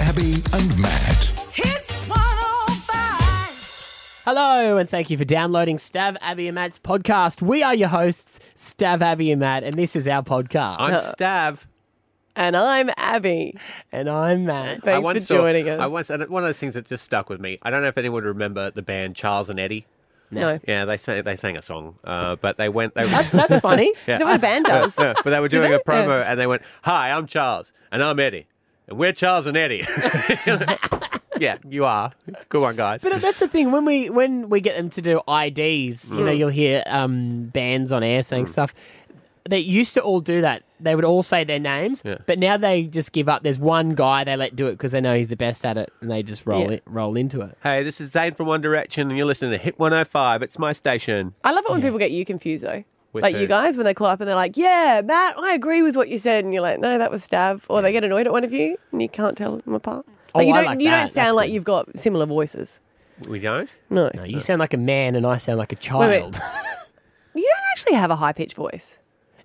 and Matt. Hello, and thank you for downloading Stav, Abby, and Matt's podcast. We are your hosts, Stav, Abby, and Matt, and this is our podcast. I'm Stav. Uh, And I'm Abby. And I'm Matt. I Thanks for once saw- joining us. I once, and one of those things that just stuck with me. I don't know if anyone would remember the band Charles and Eddie. no. Yeah, they sang, they sang a song, uh, but they went. They, That's, that's funny. Yeah. Is that what a band does? Yeah, but they were doing they? a promo, and they went, "Hi, I'm Charles, and I'm Eddie, and we're Charles and Eddie." yeah, you are. Good one, guys. But that's the thing when we when we get them to do IDs, Mm. you know, you'll hear um, bands on air saying stuff. They used to all do that. They would all say their names, Yeah. but now they just give up. There's one guy they let do it because they know he's the best at it, and they just roll Yeah. it, roll into it. Hey, this is Zane from One Direction, and you're listening to Hit 105. It's my station. I love it when people get you confused, though. With like who? you guys, when they call up and they're like, yeah, Matt, I agree with what you said. And you're like, no, that was Stav. Or they get annoyed at one of you and you can't tell them apart. Oh, you I don't, like you that. don't That's sound like good. you've got similar voices. We don't. No. No, you sound like a man, and I sound like a Wait, wait. child. You don't actually have a high pitched voice.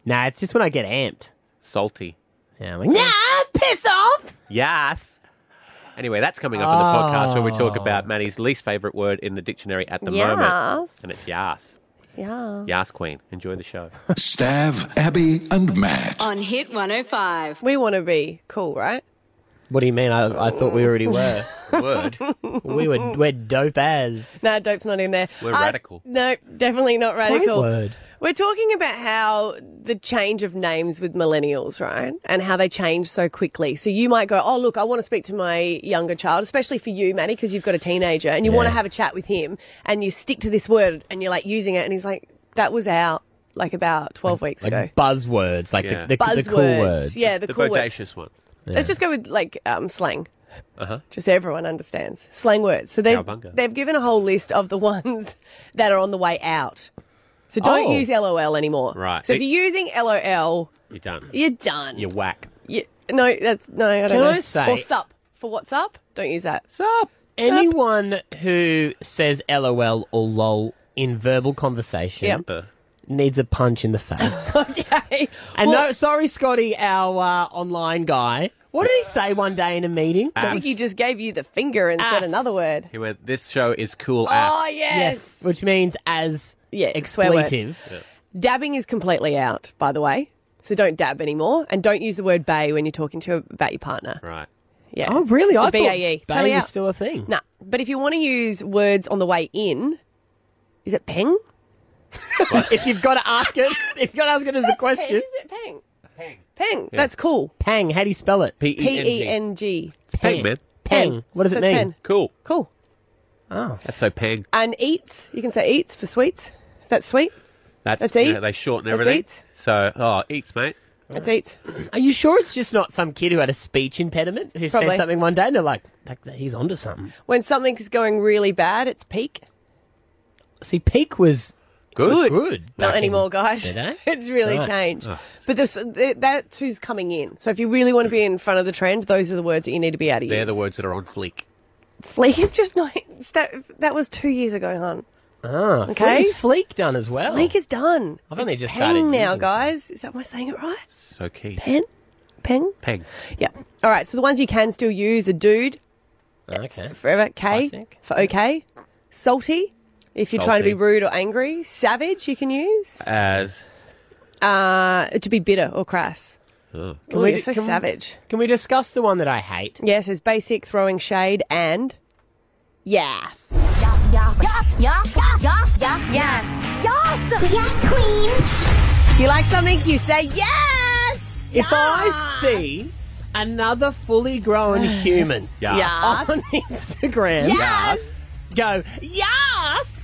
nah, it's just when I get amped. Salty. Yeah, I'm like, nah, piss off. Yes. Anyway, that's coming up in the podcast where we Ah. talk about Maddie's least favourite word in the dictionary at the moment. Yas. And it's yas. Yeah. Yas Queen. Enjoy the show. Stav, Abby, and Matt. on Hit 105. We want to be cool, right? What do you mean? I, I thought we already were. Word. we were we're dope as. No, dope's not in there. We're Uh, radical. No, definitely not radical. word. We're talking about how the change of names with millennials, right? And how they change so quickly. So you might go, oh, look, I want to speak to my younger child, especially for you, Maddie, because you've got a teenager and you want to have a chat with him and you stick to this word and you're like using it. And he's like, that was out like about 12 weeks Like ago. buzzwords, like Yeah. the, the, the Buzzwords. cool words. Yeah, the, The cool words. bodacious ones. Uh-huh. Let's just go with like um, slang. Just so everyone understands slang words. So they've, Cowabunga. they've given a whole list of the ones that are on the way out. So don't Oh. use LOL anymore. Right. So if It- you're using LOL, You're done. you're done. You're whack. You- no, that's no. I don't Can know. I say- or sup for what's up? Don't use that. Sup? Anyone who says LOL or LOL in verbal conversation Yep. Uh, needs a punch in the face. okay. and Well, no, sorry, Scotty, our uh, online guy. What did he say one day in a meeting? I That think was- he just gave you the finger and said Ass. another word. he went, This show is cool Oh apps. yes. Which means as Yeah, swear word. expletive. Dabbing is completely out, by the way. So don't dab anymore, and don't use the word "bay" when you're talking to about your partner. Right. Yeah. Oh, really? So E. I thought BAE. bae Tally was out. still a thing. Nah, but if you want to use words on the way in, is it peng? if you've got to ask it, if you've got to ask it as a Peng, question. Is it peng? Peng. Peng. That's cool. Pang, how do you spell it? P E P N G. E N G. Pang, man. Pang. What does it So mean? pen. Cool. Cool. Oh. That's so pang. And eats. You can say eats for sweets. Is that sweet? That's, That's eat. yeah, they shorten That's everything. eat. So, oh, eats, mate. That's eats. Are you sure it's just not some kid who had a speech impediment who said Probably. something one day and they're like, like he's onto something? When something's going really bad, it's peak. See, peak was Good. good. Not back in anymore, guys. the day. It's really Right. changed. But this, th- that's who's coming in. So if you really want to be in front of the trend, those are the words that you need to be out of. They're the words that are on fleek. Fleek is just not. That, that was two years ago, hon. Ah, Okay. Is Fleek done as well? Fleek is done. I've only It's just peng started using now, it. guys. Is that am I saying it right? So key. Pen, peng. Pang. Yeah. All right. So the ones you can still use are dude okay. forever, K Classic. for okay, salty. If you're trying to be Salty. rude or angry, savage you can use As. uh, to be bitter or crass. Can we- we, so can we- savage. Can we discuss the one that I hate? Yes, it's basic throwing shade and yes. Yas, yas, yas, yas, yas, yas. Yas! Yes, queen! If you like something, you say yes. If I see another fully grown human Yeah. Yas. on Instagram Yes. go, yes,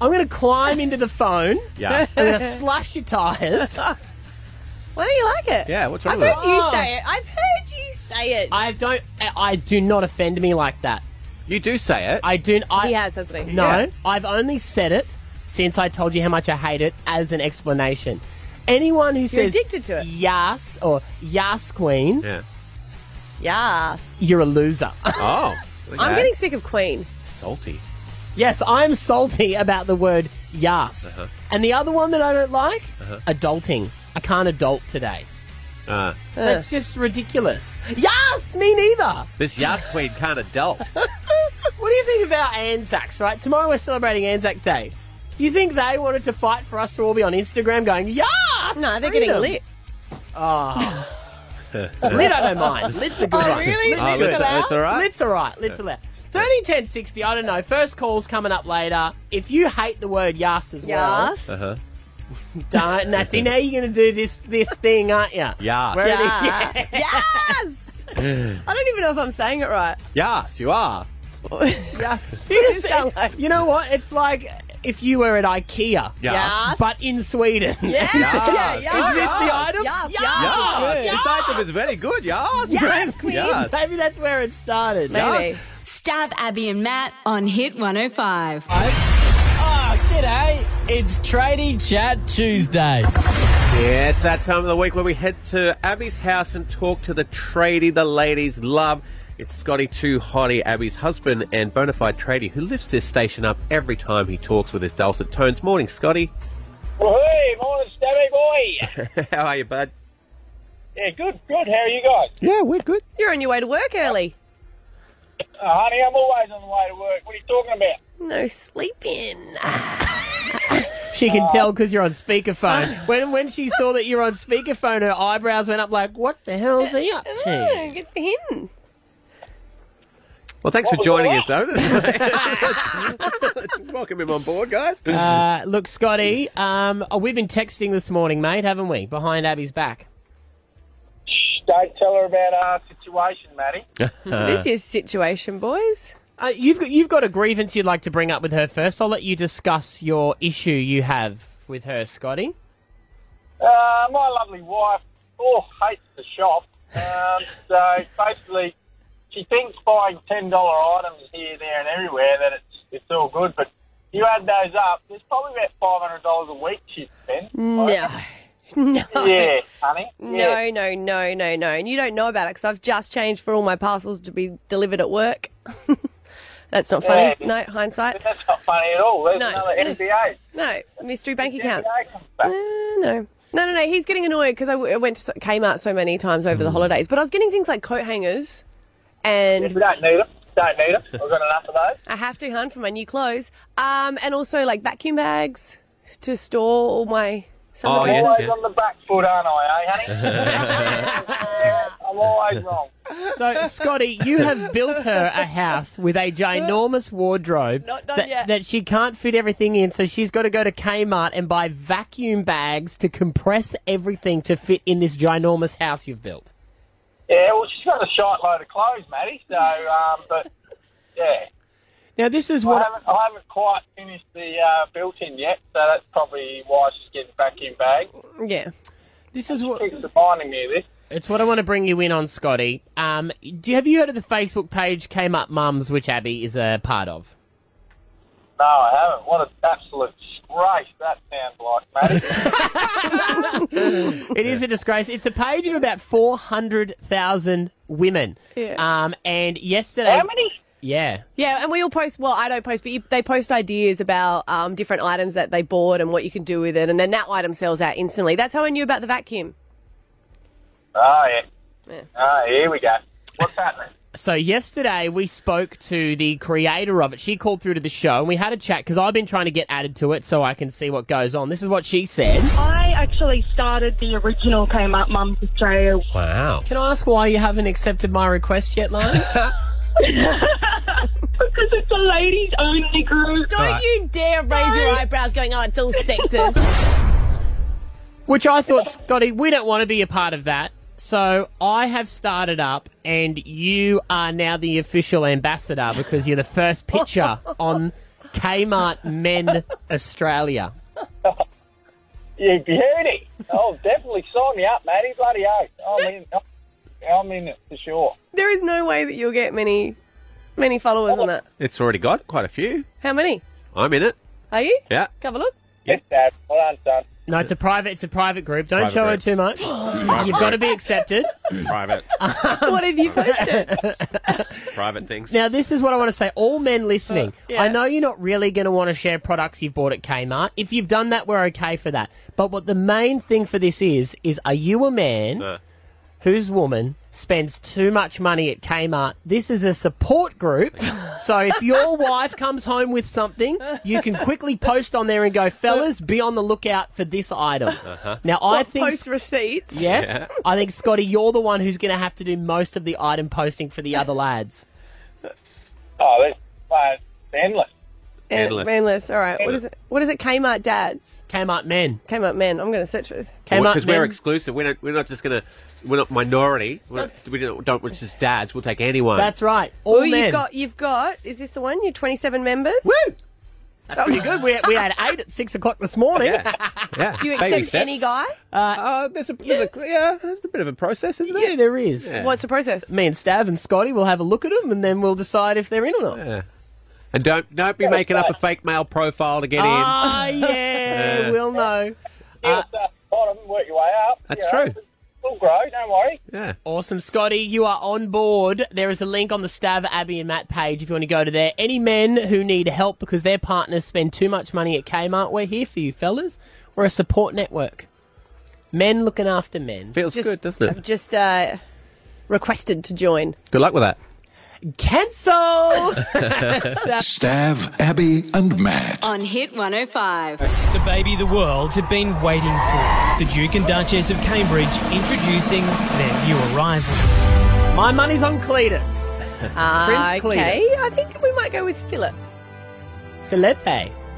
I'm going to climb into the phone. Yeah. I'm going to slush your tyres. Why don't you like it? Yeah, what's wrong I've with heard that? you Oh. say it. I've heard you say it. I don't. I I do not offend me like that. You do say it. I do. I he has, hasn't he? no. I've only said it since I told you how much I hate it as an explanation. Anyone who says addicted to it. Yas or Yas Queen, yeah. Yes. you're a loser. Oh. look at I'm that. getting sick of Queen. salty. yes, I'm salty about the word Yas. And the other one that I don't like, adulting. I can't adult today. Uh, That's just ridiculous. Yes, me neither. this Yas Queen can't adult. What do you think about Anzacs, right? Tomorrow we're celebrating Anzac Day. You think they wanted to fight for us to all be on Instagram going, yes! No, they're freedom." getting lit. Oh. Lit, I don't mind. Lit's a good Oh, one. really? Lit's Oh, good. lit's- lit's all right? Lit's all right. Lit's all right. 30, 10, 60, I don't know. First call's coming up later. If you hate the word yas as well, Yes. Uh-huh. don't. Now, see, now you're going to do this this thing, aren't you? Yas. Where it is- Yeah. Yes. I don't even know if I'm saying it right. Yas, you are. Yeah. It's- it- you know what? It's like if you were at IKEA, Yas. Yas. but in Sweden. Yeah. Yeah. Yes. yes. Is this the item? Yes. Yes. Yas. Yas. This item is very good. Yas. Yes, queen. Yas. Maybe that's where it started. Maybe. Stab Abby and Matt on Hit 105. Oh, g'day. It's Tradie Chat Tuesday. Yeah, it's that time of the week where we head to Abby's house and talk to the tradie the ladies love. It's Scotty Too Hottie, Abby's husband and bona fide tradie, who lifts this station up every time he talks with his dulcet tones. Morning, Scotty. Hey, morning, Stabby boy. How are you, bud? Yeah, good, good. How are you guys? Yeah, we're good. You're on your way to work early. Oh, honey, I'm always on the way to work. What are you talking about? No sleeping. She can tell because you're on speakerphone. when when she saw that you're on speakerphone, her eyebrows went up like, "What the hell is he up to?" Oh, good for him. Well, thanks for was joining all us, though. Let's- let's welcome him on board, guys. Uh, look, Scotty, um, oh, we've been texting this morning, mate, haven't we? Behind Abby's back. Shh, don't tell her about our situation, Maddie. This is situation, boys. Uh, you've got, you've got a grievance you'd like to bring up with her first. I'll let you discuss your issue you have with her, Scotty. Uh, my lovely wife, oh, hates the shop. Um, so basically, she thinks buying ten dollar items here, there, and everywhere that it's it's all good. But you add those up, there's probably about five hundred dollars a week she spends. No. No. Yeah, honey. Yeah. No, no, no, no, no. And you don't know about it because I've just changed for all my parcels to be delivered at work. That's not funny. Yeah. No, hindsight. That's not funny at all. There's No. another NBA. No, mystery bank account. NBA comes back. Uh, no. No, no, no. He's getting annoyed because I, w- I went to so- Kmart so many times over the holidays, but I was getting things like coat hangers, If and we don't need them, don't need them. I've got enough of those. I have to hunt for my new clothes, um, and also like vacuum bags to store all my summer Oh, yeah. dresses. Always on the back foot, aren't I, eh, honey? I'm always wrong. So, Scotty, you have built her a house with a ginormous wardrobe Not done that, yet. that she can't fit everything in, so she's got to go to Kmart and buy vacuum bags to compress everything to fit in this ginormous house you've built. Yeah, well, she's got a shite load of clothes, Maddie. So, um, but yeah, Now, this is I what. haven't, I haven't quite finished the uh, built-in yet, so that's probably why she's getting back in bag. Yeah. This is what. Keeps reminding me of this. It's what I want to bring you in on, Scotty. Um, do you, have you heard of the Facebook page Came Up Mums, which Abby is a part of? No, I haven't. What an absolute disgrace that sounds like, Maddie. It is a disgrace. It's a page of about four hundred thousand women. Yeah. Um, and yesterday, How many? yeah, Yeah, and we all post. Well, I don't post, but you, they post ideas about um, different items that they bought and what you can do with it, and then that item sells out instantly. That's how I knew about the vacuum. Oh yeah. Oh, here we go. What's happening? So yesterday we spoke to the creator of it. She called through to the show and we had a chat because I've been trying to get added to it so I can see what goes on. This is what she said. I actually started the original Came Up Mums Australia. Wow. Can I ask why you haven't accepted my request yet, Lana? Because it's a ladies only group. Don't you dare raise your eyebrows, going, "Oh, it's all sexist." Which I thought, Scotty, we don't want to be a part of that. So I have started up, and you are now the official ambassador because you're the first picture on Kmart Men Australia. You beauty. Oh, definitely sign me up, Matty. Bloody oath. I'm in, I'm in it for sure. there is no way that you'll get many, many followers on that. It's already got quite a few. How many? I'm in it. Are you? Yeah. Have a look. Yes, Dad. Well done, son. No, it's a private. It's a private group. Don't Private show group. her too much. You've got to be accepted. Um, Private. What have you posted? private things. Now, this is what I want to say. All men listening, yeah. I know you're not really going to want to share products you've bought at Kmart. If you've done that, we're okay for that. But what the main thing for this is, is are you a man? No. whose woman spends too much money at Kmart. This is a support group. So if your wife comes home with something, you can quickly post on there and go, fellas, be on the lookout for this item. Now, I What, think. post receipts. Yes. I think, Scotty, you're the one who's going to have to do most of the item posting for the other lads. Oh, that's uh, it's endless. Endless. Endless. All right. What is it? What is it? Kmart dads. Kmart men. Kmart men. I'm going to search for this. Kmart because men. we're exclusive. We're not, we're not just going to. We're not minority. We're not, we don't, don't. We're just dads. We'll take anyone. That's right. All Oh, men. you've got. You've got. Is this the one? Your 27 members. That's pretty good. We, we had eight at six o'clock this morning. yeah. You Baby accept steps. any guy? Uh, there's a, there's a yeah, there's a bit of a process, isn't Yeah, it? there is. What's the process? Me and Stav and Scotty will have a look at them and then we'll decide if they're in or not. And don't don't be making up a fake male profile to get in. Ah, yeah, we'll know. You'll start at the bottom, work your way up. That's you know, true. It'll grow. Don't worry. Yeah. Awesome, Scotty. You are on board. There is a link on the Stav, Abby, and Matt page if you want to go to there. Any men who need help because their partners spend too much money at Kmart, we're here for you, fellas. We're a support network. Men looking after men. Feels Just- good, doesn't I've it? just uh, requested to join. Good luck with that. Cancel! Stav, Abby, and Matt. On Hit 105. The baby the world had been waiting for. It's the Duke and Duchess of Cambridge introducing their new arrival. My money's on Cletus. Prince okay. Cletus. I think we might go with Philip. Felipe.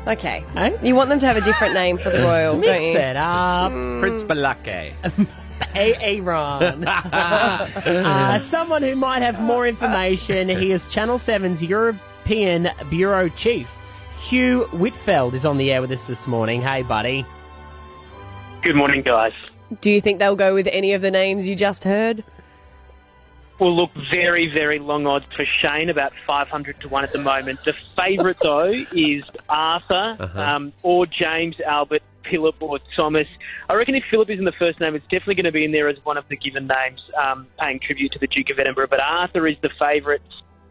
Okay. Eh? You want them to have a different name for the royal, Mix don't you? Hmm. it up. Mm. Prince Balake. Aaron. uh, someone who might have more information. He is Channel 7's European Bureau Chief. Hugh Whitfeld is on the air with us this morning. Hey, buddy. Good morning, guys. Do you think they'll go with any of the names you just heard? Well, look, very, very long odds for Shane, about 500 to 1 at the moment. The favourite, though, is Arthur Uh-huh. um, or James Albert, Philip or Thomas. I reckon if Philip isn't the first name, it's definitely going to be in there as one of the given names, um, paying tribute to the Duke of Edinburgh. But Arthur is the favourite.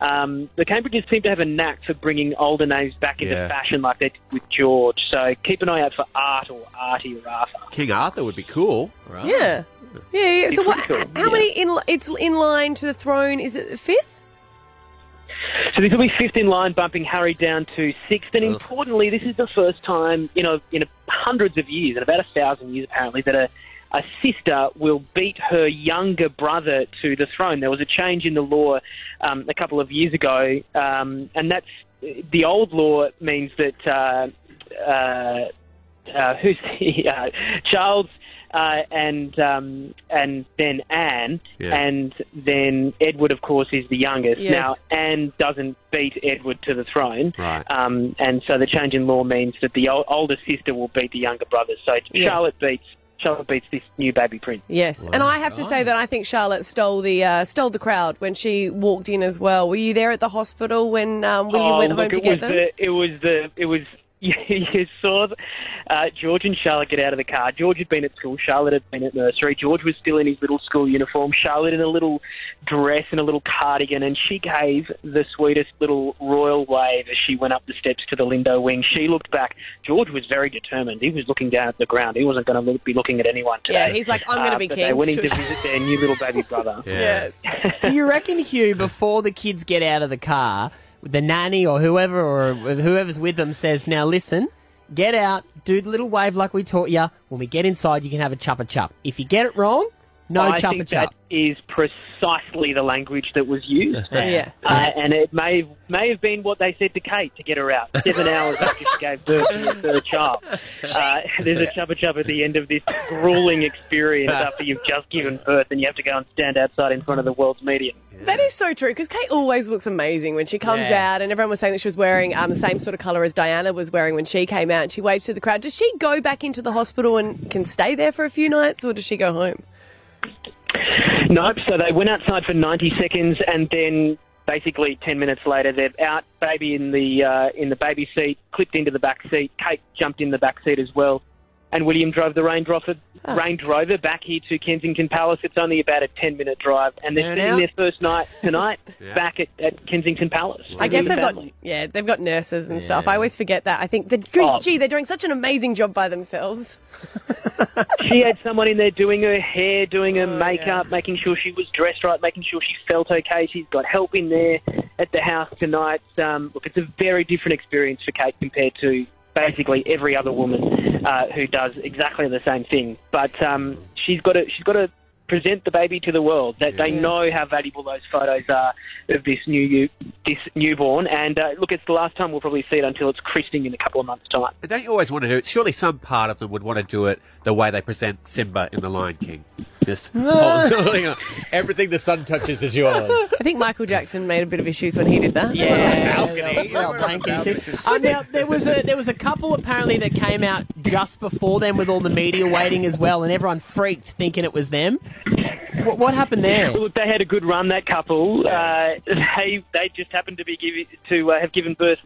Um, the Cambridges seem to have a knack for bringing older names back into Yeah. fashion like they did with George. So keep an eye out for Art or Artie or Arthur. King Arthur would be cool, right? Yeah. Yeah, yeah. So It's what, pretty Oh. cool, how yeah. many in it's in line to the throne? Is it the fifth? So this will be fifth in line, bumping Harry down to sixth. And importantly, this is the first time you know in hundreds of years, in about a thousand years apparently, that a a sister will beat her younger brother to the throne. There was a change in the law um, a couple of years ago, um, and that's the old law means that uh, uh, uh, who's the uh, Charles uh, and um, and then Anne, Yeah. and then Edward, of course, is the youngest. Yes. Now Anne doesn't beat Edward to the throne, Right. um, and so the change in law means that the ol- older sister will beat the younger brother. So Yeah. Charlotte beats Charlotte beats this new baby prince. Yes. and I have to say that I think Charlotte stole the uh, stole the crowd when she walked in as well. Were you there at the hospital when um, William went Oh, look, home to it get was them? The, it was the it was you, you saw the, uh, George and Charlotte get out of the car. George had been at school. Charlotte had been at nursery. George was still in his little school uniform. Charlotte in a little dress and a little cardigan, and she gave the sweetest little royal wave as she went up the steps to the Lindo wing. She looked back. George was very determined. He was looking down at the ground. He wasn't going to look, be looking at anyone today. yeah, he's like, I'm going Uh, to be but king. They went in to Shush. visit their new little baby brother. Yes. Do you reckon, Hugh, before the kids get out of the car, the nanny or whoever or whoever's with them says, now listen, get out, do the little wave like we taught you. When we get inside, you can have a chuppa chup. If you get it wrong, no I chuppa think chup. that is precisely the language that was used. Yeah. Uh, and it may may have been what they said to Kate to get her out seven hours after she gave birth to her third child. Uh, there's a chubba chub at the end of this grueling experience after you've just given birth and you have to go and stand outside in front of the world's media. That is so true because Kate always looks amazing when she comes Yeah. out, and everyone was saying that she was wearing um, the same sort of colour as Diana was wearing when she came out. And she waves to the crowd. Does she go back into the hospital and can stay there for a few nights, or does she go home? Nope. So they went outside for 90 seconds, and then basically 10 minutes later, they're out. Baby in the uh, in the baby seat, clipped into the back seat. Kate jumped in the back seat as well. and William drove the Range Rover, Ah. Range Rover back here to Kensington Palace. It's only about a 10 minute drive, and they're Burn spending out. their first night tonight Yeah. back at, at Kensington Palace. I guess With the they've got family. yeah, they've got nurses and stuff. I always forget that. I think the Oh. gee, they're doing such an amazing job by themselves. she had someone in there doing her hair, doing her makeup, making sure she was dressed right, making sure she felt okay. She's got help in there at the house tonight. Um, look, it's a very different experience for Kate compared to basically every other woman uh, who does exactly the same thing. But um, she's got to she's got to present the baby to the world. That they know how valuable those photos are of this new this newborn. And uh, look, it's the last time we'll probably see it until it's christening in a couple of months' time. But don't you always want to do it? Surely some part of them would want to do it the way they present Simba in The Lion King. Just holding on. everything the sun touches is yours. I think Michael Jackson made a bit of issues when he did that. Uh, now, there was a there was a couple apparently that came out just before them with all the media waiting as well, and everyone freaked thinking it was them. What, what happened there? Look, they had a good run. That couple, uh, they they just happened to be giving to uh, have given birth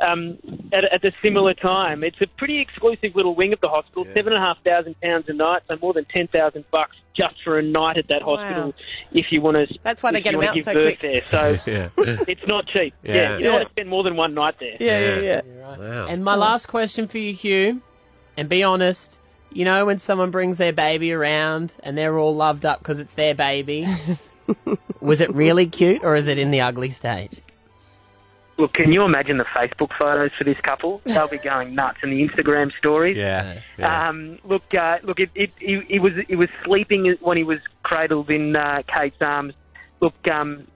um, at, at a similar time. It's a pretty exclusive little wing of the hospital. Seven and a half thousand pounds a night, so more than ten thousand bucks just for a night at that hospital. Wow. If you want to, That's why they if get you 'em wanna out give so birth quick. There, so Yeah. it's not cheap. Yeah, Yeah. you don't want Yeah. to spend more than one night there. Wow. And my last question for you, Hugh, and be honest, you know when someone brings their baby around and they're all loved up because it's their baby, was it really cute or is it in the ugly stage? Look, can you imagine the Facebook photos for this couple? They'll be going nuts, and the Instagram stories. Yeah. Um, look, uh, look, it, it, he, he was he was sleeping when he was cradled in uh, Kate's arms. Look, um,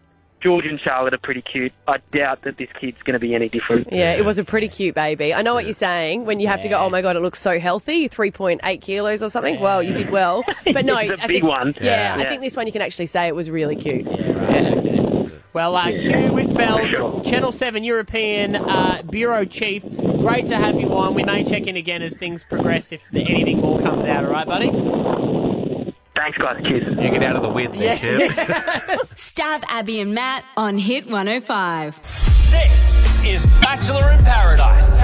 George and Charlotte are pretty cute. I doubt that this kid's going to be any different. Yeah, it was a pretty cute baby. I know what you're saying when you have to go, oh my God, it looks so healthy, 3.8 kilos or something. Well, you did well. But no, It's a I big think, one. Yeah, Yeah. I think this one you can actually say it was really cute. Well, uh, Hugh Whitfeld, Channel 7 European uh, Bureau Chief, great to have you on. We may check in again as things progress if anything more comes out, all right, buddy? Thanks, guys. Cheers. You get out of the wind there, champ. Stab Abby and Matt on Hit 105. This is Bachelor in Paradise.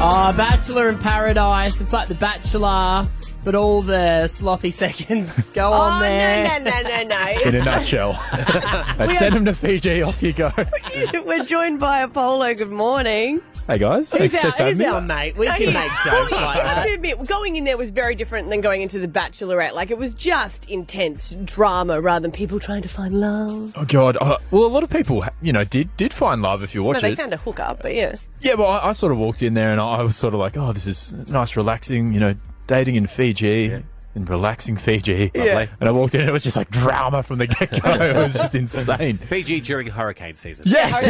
Oh, Bachelor in Paradise. It's like The Bachelor, but all the sloppy seconds go oh, on there. no, no, no, no, no. In a nutshell. I send him to Fiji, off you go. We're joined by Apollo. Good morning. Hey guys, thanks he's for our, having he's me. Oh, our mate. We can make jokes like that. I have to admit, going in there was very different than going into The Bachelorette. Like, it was just intense drama rather than people trying to find love. Oh god. Uh, well, a lot of people, ha- you know, did did find love if you watch no, they it. found a hookup, but yeah. yeah, but I, I sort of walked in there and I was sort of like, oh, this is nice, relaxing. You know, dating in Fiji. In relaxing Fiji, Yeah. and I walked in, and it was just like drama from the get go. It was just insane. Fiji during hurricane season. Yes.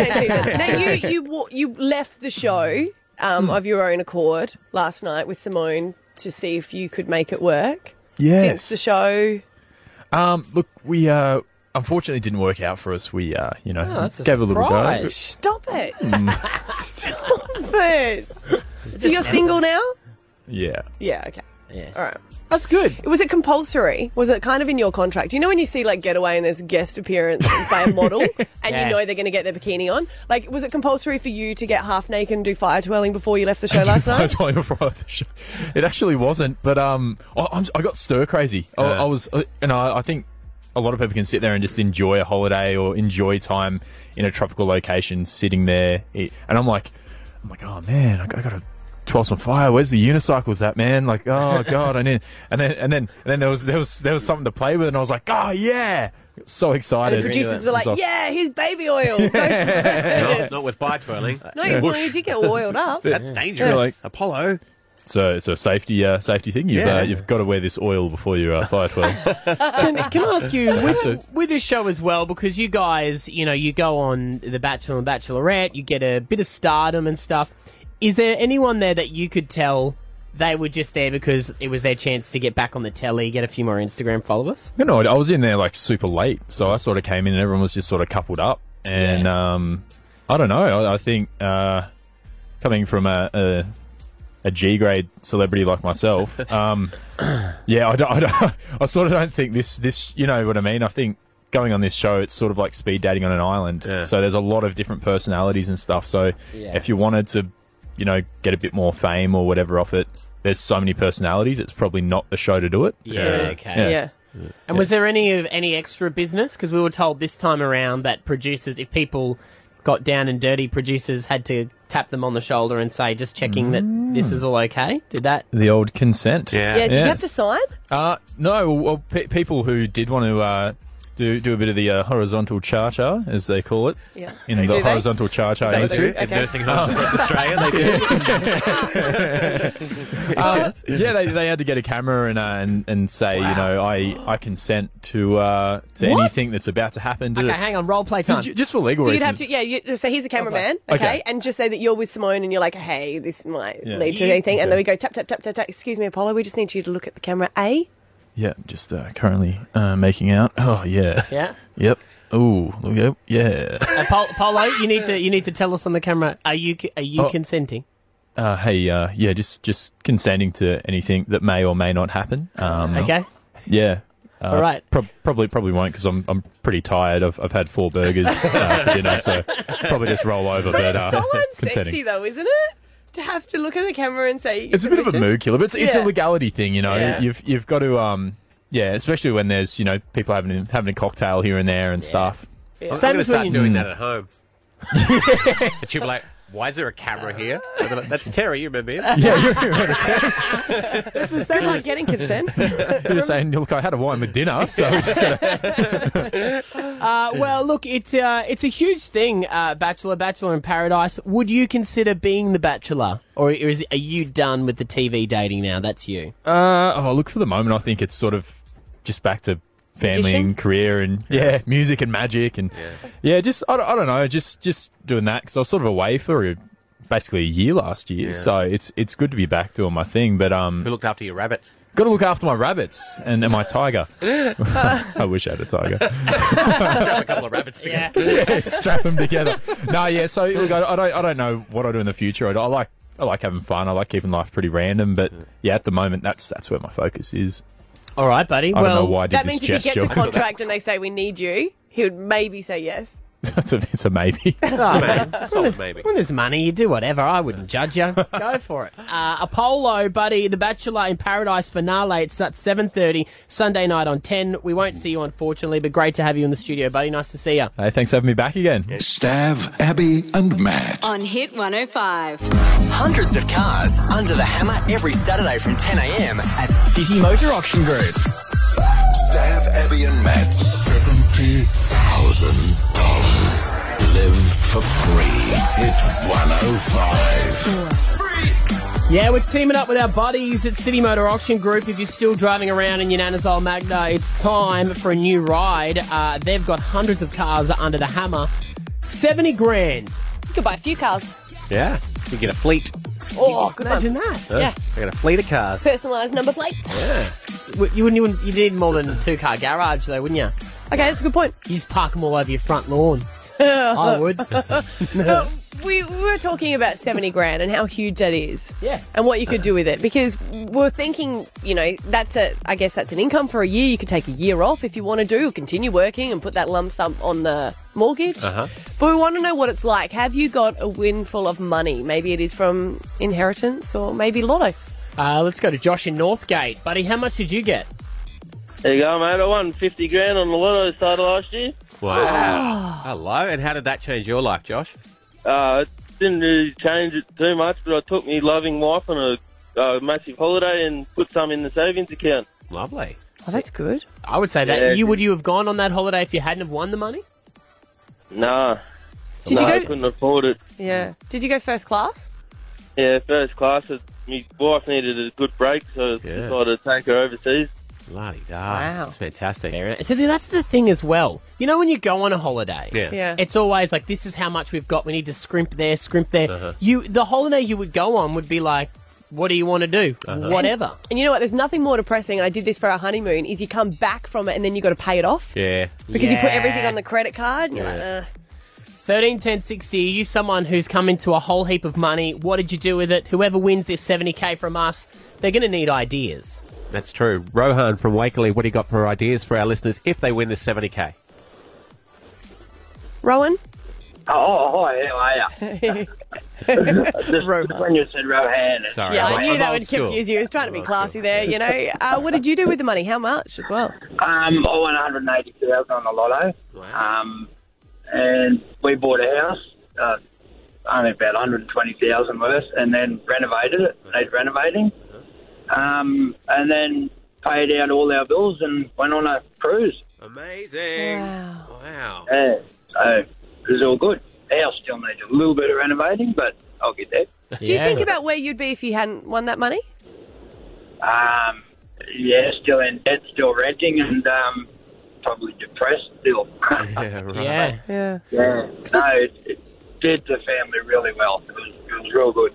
now, you, you, wa- you left the show Hmm. um, of your own accord last night with Simone to see if you could make it work. Yes. Since the show. Um, look, we uh, unfortunately didn't work out for us. We, uh, you know, Oh, that's a gave a little go. surprise. Stop it. Mm, Stop it. So you're single now? yeah. Yeah, okay. Yeah. All right. That's good. Was it compulsory? Was it kind of in your contract? You know when you see like getaway and there's guest appearance by a model and Yeah. you know they're going to get their bikini on? Like, was it compulsory for you to get half naked and do fire twirling before you left the show last I night? was playing before I left the show. It actually wasn't, but um, I, I'm, I got stir crazy. I, I was, uh, and I, I think a lot of people can sit there and just enjoy a holiday or enjoy time in a tropical location, sitting there. eat- And I'm like, I'm like, oh man, I, I got to twirl some fire. Where's the unicycles at, man? Like, oh god, I need. And then, and then, and then there was there was there was something to play with, and I was like, oh yeah, so And excited. the producers were like, It was awesome. yeah, here's baby oil. Go for it. Not, not with fire twirling. No, you, well, you did get oiled up. That's dangerous. Like- Apollo. So it's a safety uh, safety thing. You've Yeah. uh, you've got to wear this oil before you uh, fire twirl. can, can I ask you Have to. with, with this show as well because you guys, you know, you go on The Bachelor and Bachelorette, you get a bit of stardom and stuff. Is there anyone there that you could tell they were just there because it was their chance to get back on the telly, get a few more Instagram followers? You know, I was in there like super late, so I sort of came in and everyone was just sort of coupled up, and um, I don't know. I, I think uh, coming from a, a a G grade celebrity like myself, um, yeah, I, don't, I, don't, I sort of don't think this this you know what I mean. I think going on this show, it's sort of like speed dating on an island. So there's a lot of different personalities and stuff. So Yeah. if you wanted to you know, get a bit more fame or whatever off it. There's so many personalities, it's probably not the show to do it. Yeah, okay. And was there any of any extra business? Because we were told this time around that producers, if people got down and dirty, producers had to tap them on the shoulder and say, "Just checking that this is all okay." Did that? The old consent. Yeah, did you have to sign? Uh, no, well, pe- people who did want to uh, do do a bit of the uh, horizontal cha-cha, as they call it, Yeah. in Do the they? horizontal cha-cha Is that what they industry. Oh. do? In Okay. nursing homes across Australia, they do. Uh, yeah, they, they had to get a camera and uh, and, and say, you know, I, I consent to uh, to What? anything that's about to happen. To Okay, hang on, role play time. Just, just for legal so you'd reasons. have to, yeah. You, so he's a cameraman, okay. Okay. and just say that you're with Simone, and you're like, "Hey, this might Yeah. lead to Yeah. anything." And Okay. then we go tap tap tap tap tap. Excuse me, Apollo. We just need you to look at the camera. Eh? A. Yeah, just uh, currently uh, making out. Oh yeah. Yeah? Yep. Ooh, look at yeah. Uh, Pol- Polo, you need to you need to tell us on the camera. Are you are you Oh. consenting? Uh, hey, uh, yeah, just just consenting to anything that may or may not happen. Um, Okay. Yeah. Uh, All right. prob- probably probably won't because I'm I'm pretty tired. I've I've had four burgers, uh, for dinner, so probably just roll over. But, uh, consenting. Sexy though, isn't it? To have to look at the camera and say, It's a bit of a permission? mood killer, but it's, it's a Yeah. legality thing, you know. Yeah. You've you've got to um yeah, especially when there's you know people having having a cocktail here and there and stuff. I'm, I'm going to start doing that at home. and she'll be like, why is there a camera here? And I'm like, That's Terry, you remember him? Yeah, you remember It's the same like getting consent. You're just saying, look, I had a wine with dinner, so we're just gonna. Uh, well, look, it's uh, it's a huge thing, uh, Bachelor, Bachelor in Paradise. Would you consider being the Bachelor, or is are you done with the TV dating now? That's you. Uh, oh, look, for the moment, I think it's sort of just back to family Magician? and career and yeah, music and magic and yeah, just I, don't- I don't know, just just doing that because I was sort of away for a, basically a year last year, Yeah. so it's it's good to be back doing my thing. But um, Who looked after your rabbits? got to look after my rabbits and, and my tiger. I wish I had a tiger. Strap a couple of rabbits together. Yeah, strap them together. No, yeah. So look, I, I don't, I don't know what I do in the future. I, I like, I like having fun. I like keeping life pretty random. But yeah, at the moment, that's that's where my focus is. All right, buddy. I Well, don't know why I did that this means if he gesture. gets a contract and they say we need you, he would maybe say yes. that's a, it's a maybe. Oh, man. Solid maybe. When there's money, you do whatever. I wouldn't judge you. Go for it. Uh, Apollo, buddy, The Bachelor in Paradise finale. It starts 7.30, Sunday night on 10. We won't see you, unfortunately, but great to have you in the studio, buddy. Nice to see you. Hey, thanks for having me back again. Stav, Abby, and Matt. On Hit 105. Hundreds of cars under the hammer every Saturday from 10 a.m. at City Motor Auction Group. Stav, Abby, and Matt. $70,000. Live for free. oh Hit 105. Yeah, we're teaming up with our buddies at City Motor Auction Group. If you're still driving around in your Nana's old Magna, it's time for a new ride. Uh, they've got hundreds of cars under the hammer. 70 grand. You could buy a few cars. Yeah. You get a fleet. Oh, good Imagine one. that. Huh? Yeah. I got a fleet of cars. Personalised number plates. Yeah. W- You wouldn't, you wouldn't, you need more than a two car garage though, wouldn't you? Okay, that's a good point. You just park them all over your front lawn. I would. Uh-huh. But we we were talking about 70 grand and how huge that is. Yeah. And what you could do with it because we're thinking, you know, that's a I guess that's an income for a year. You could take a year off if you want to do, continue working and put that lump sum on the mortgage. Uh-huh. But we want to know what it's like. Have you got a windfall of money? Maybe it is from inheritance or maybe lotto. Uh, let's go to Josh in Northgate. Buddy, how much did you get? There you go, mate. I won 50 grand on the lotto side last year. Wow. Hello. And how did that change your life, Josh? Uh, it didn't really change it too much, but I took me loving wife on a uh, massive holiday and put some in the savings account. Lovely. Oh, that's good. I would say that Yeah. you would you have gone on that holiday if you hadn't have won the money? Nah. Did you nah, I go- couldn't afford it. Yeah. Did you go first class? Yeah, first class. uh, My wife needed a good break, so I decided to take her overseas. Bloody da. Wow. That's fantastic. So th- that's the thing as well. You know, when you go on a holiday, Yeah. Yeah. it's always like this is how much we've got. We need to scrimp there, scrimp there. Uh-huh. You the holiday you would go on would be like, what do you want to do? Uh-huh. Whatever. And you know what? There's nothing more depressing, and I did this for our honeymoon, is you come back from it and then you got to pay it off Yeah. because you put everything on the credit card. And you're Yeah. like, Ugh. Thirteen ten sixty. Are you someone who's come into a whole heap of money? What did you do with it? Whoever wins this seventy k from us, they're going to need ideas. That's true. Rohan from Wakeley, what do you got for ideas for our listeners if they win this 70k? uh, Rowan? Oh, hi, how are you? just, just when you said Rohan. Sorry, yeah, I'm- I knew I'm that old would school. confuse you. He was trying to be classy there, you know. Uh, what did you do with the money? How much as well? Um, I won 180,000 on the lotto. Um, and we bought a house, uh, only about 120,000 worth, and then renovated it. Need renovating. Um, and then paid out all our bills and went on a cruise. Amazing. Wow. Yeah, so it was all good. Our still needs a little bit of renovating, but I'll get there. Do you think about where you'd be if you hadn't won that money? Um, yeah, still in debt, still renting, and um, probably depressed still. yeah, right. Yeah. Yeah. No, it, it did the family really well. It was, it was real good.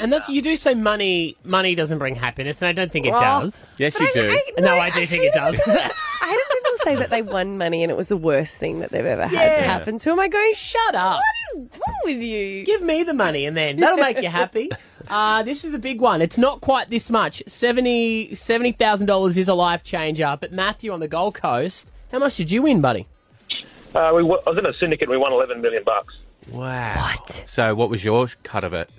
And that's you do say money money doesn't bring happiness, and I don't think it Well, does. Yes, you do. no, I do think it does. I had people say that they won money and it was the worst thing that they've ever Yeah. had happen to them. I go, shut up. wrong with you? Give me the money and then that'll make you happy. Uh, this is a big one. It's not quite this much. Seventy seventy thousand dollars is a life changer. But Matthew on the Gold Coast, how much did you win, buddy? Uh, we, wa- I was in a syndicate. We won eleven million bucks. Wow. What? So, what was your cut of it?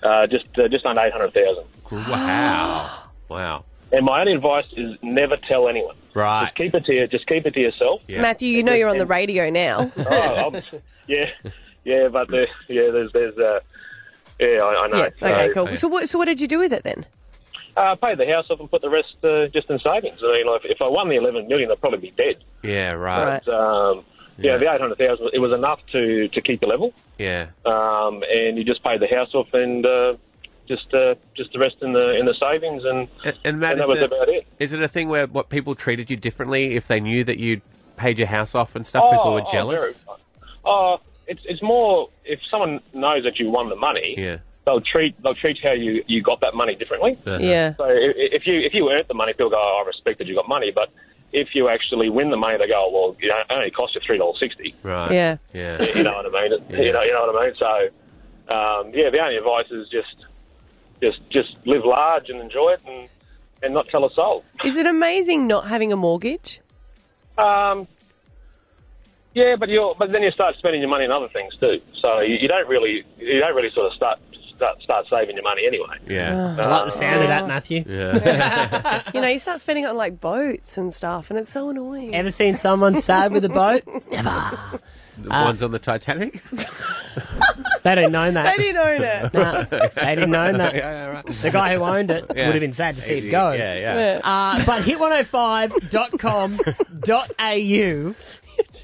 Uh, just uh, just under eight hundred thousand. Wow. wow. And my only advice is never tell anyone. Right. Just keep it to your, just keep it to yourself. Matthew, you know you're on the radio now. oh, I'm, yeah, yeah, but there, yeah, there's there's uh, yeah, I, I know. Yeah. Okay, cool. So what, so what did you do with it then? uh, pay the house off and put the rest uh, just in savings. I mean, like, if I won the eleven million, I'd probably be dead. Yeah, right. But, um, yeah, the eight hundred thousand, it was enough to to keep the level. Yeah. um, and you just pay the house off and uh, just uh, just the rest in the in the savings and And, and Matt, that is was it- about it. Is it a thing where what people treated you differently if they knew that you'd paid your house off and stuff? people were jealous. Oh, very- uh, it's it's more if someone knows that you won the money, yeah. they'll treat they'll treat how you, you got that money differently. Uh-huh. Yeah. So i- i- if you if you earned the money, people go, oh, "I respect that you got money," but if you actually win the money, they go, oh, "Well, you know, it only cost you three dollars sixty. Right. Yeah. Yeah. you know what I mean. You know, you know what I mean. So, um, yeah, the only advice is just, just, just live large and enjoy it, and, and not tell a soul. Is it amazing not having a mortgage? Um, yeah, but you but then you start spending your money on other things too. So you, you don't really, you don't really sort of start start, start saving your money anyway. Yeah. I like the sound of that, Oh. Matthew. You know, you start spending it on like boats and stuff, and it's so annoying. Ever seen someone sad with a boat? Never. The Uh, ones on the Titanic. They didn't own that. They didn't own it. Nah, they didn't own that. Yeah, yeah, right. The guy who owned it Yeah. would have been sad to see it Yeah, go. yeah, yeah. Uh, but hit105.com.au.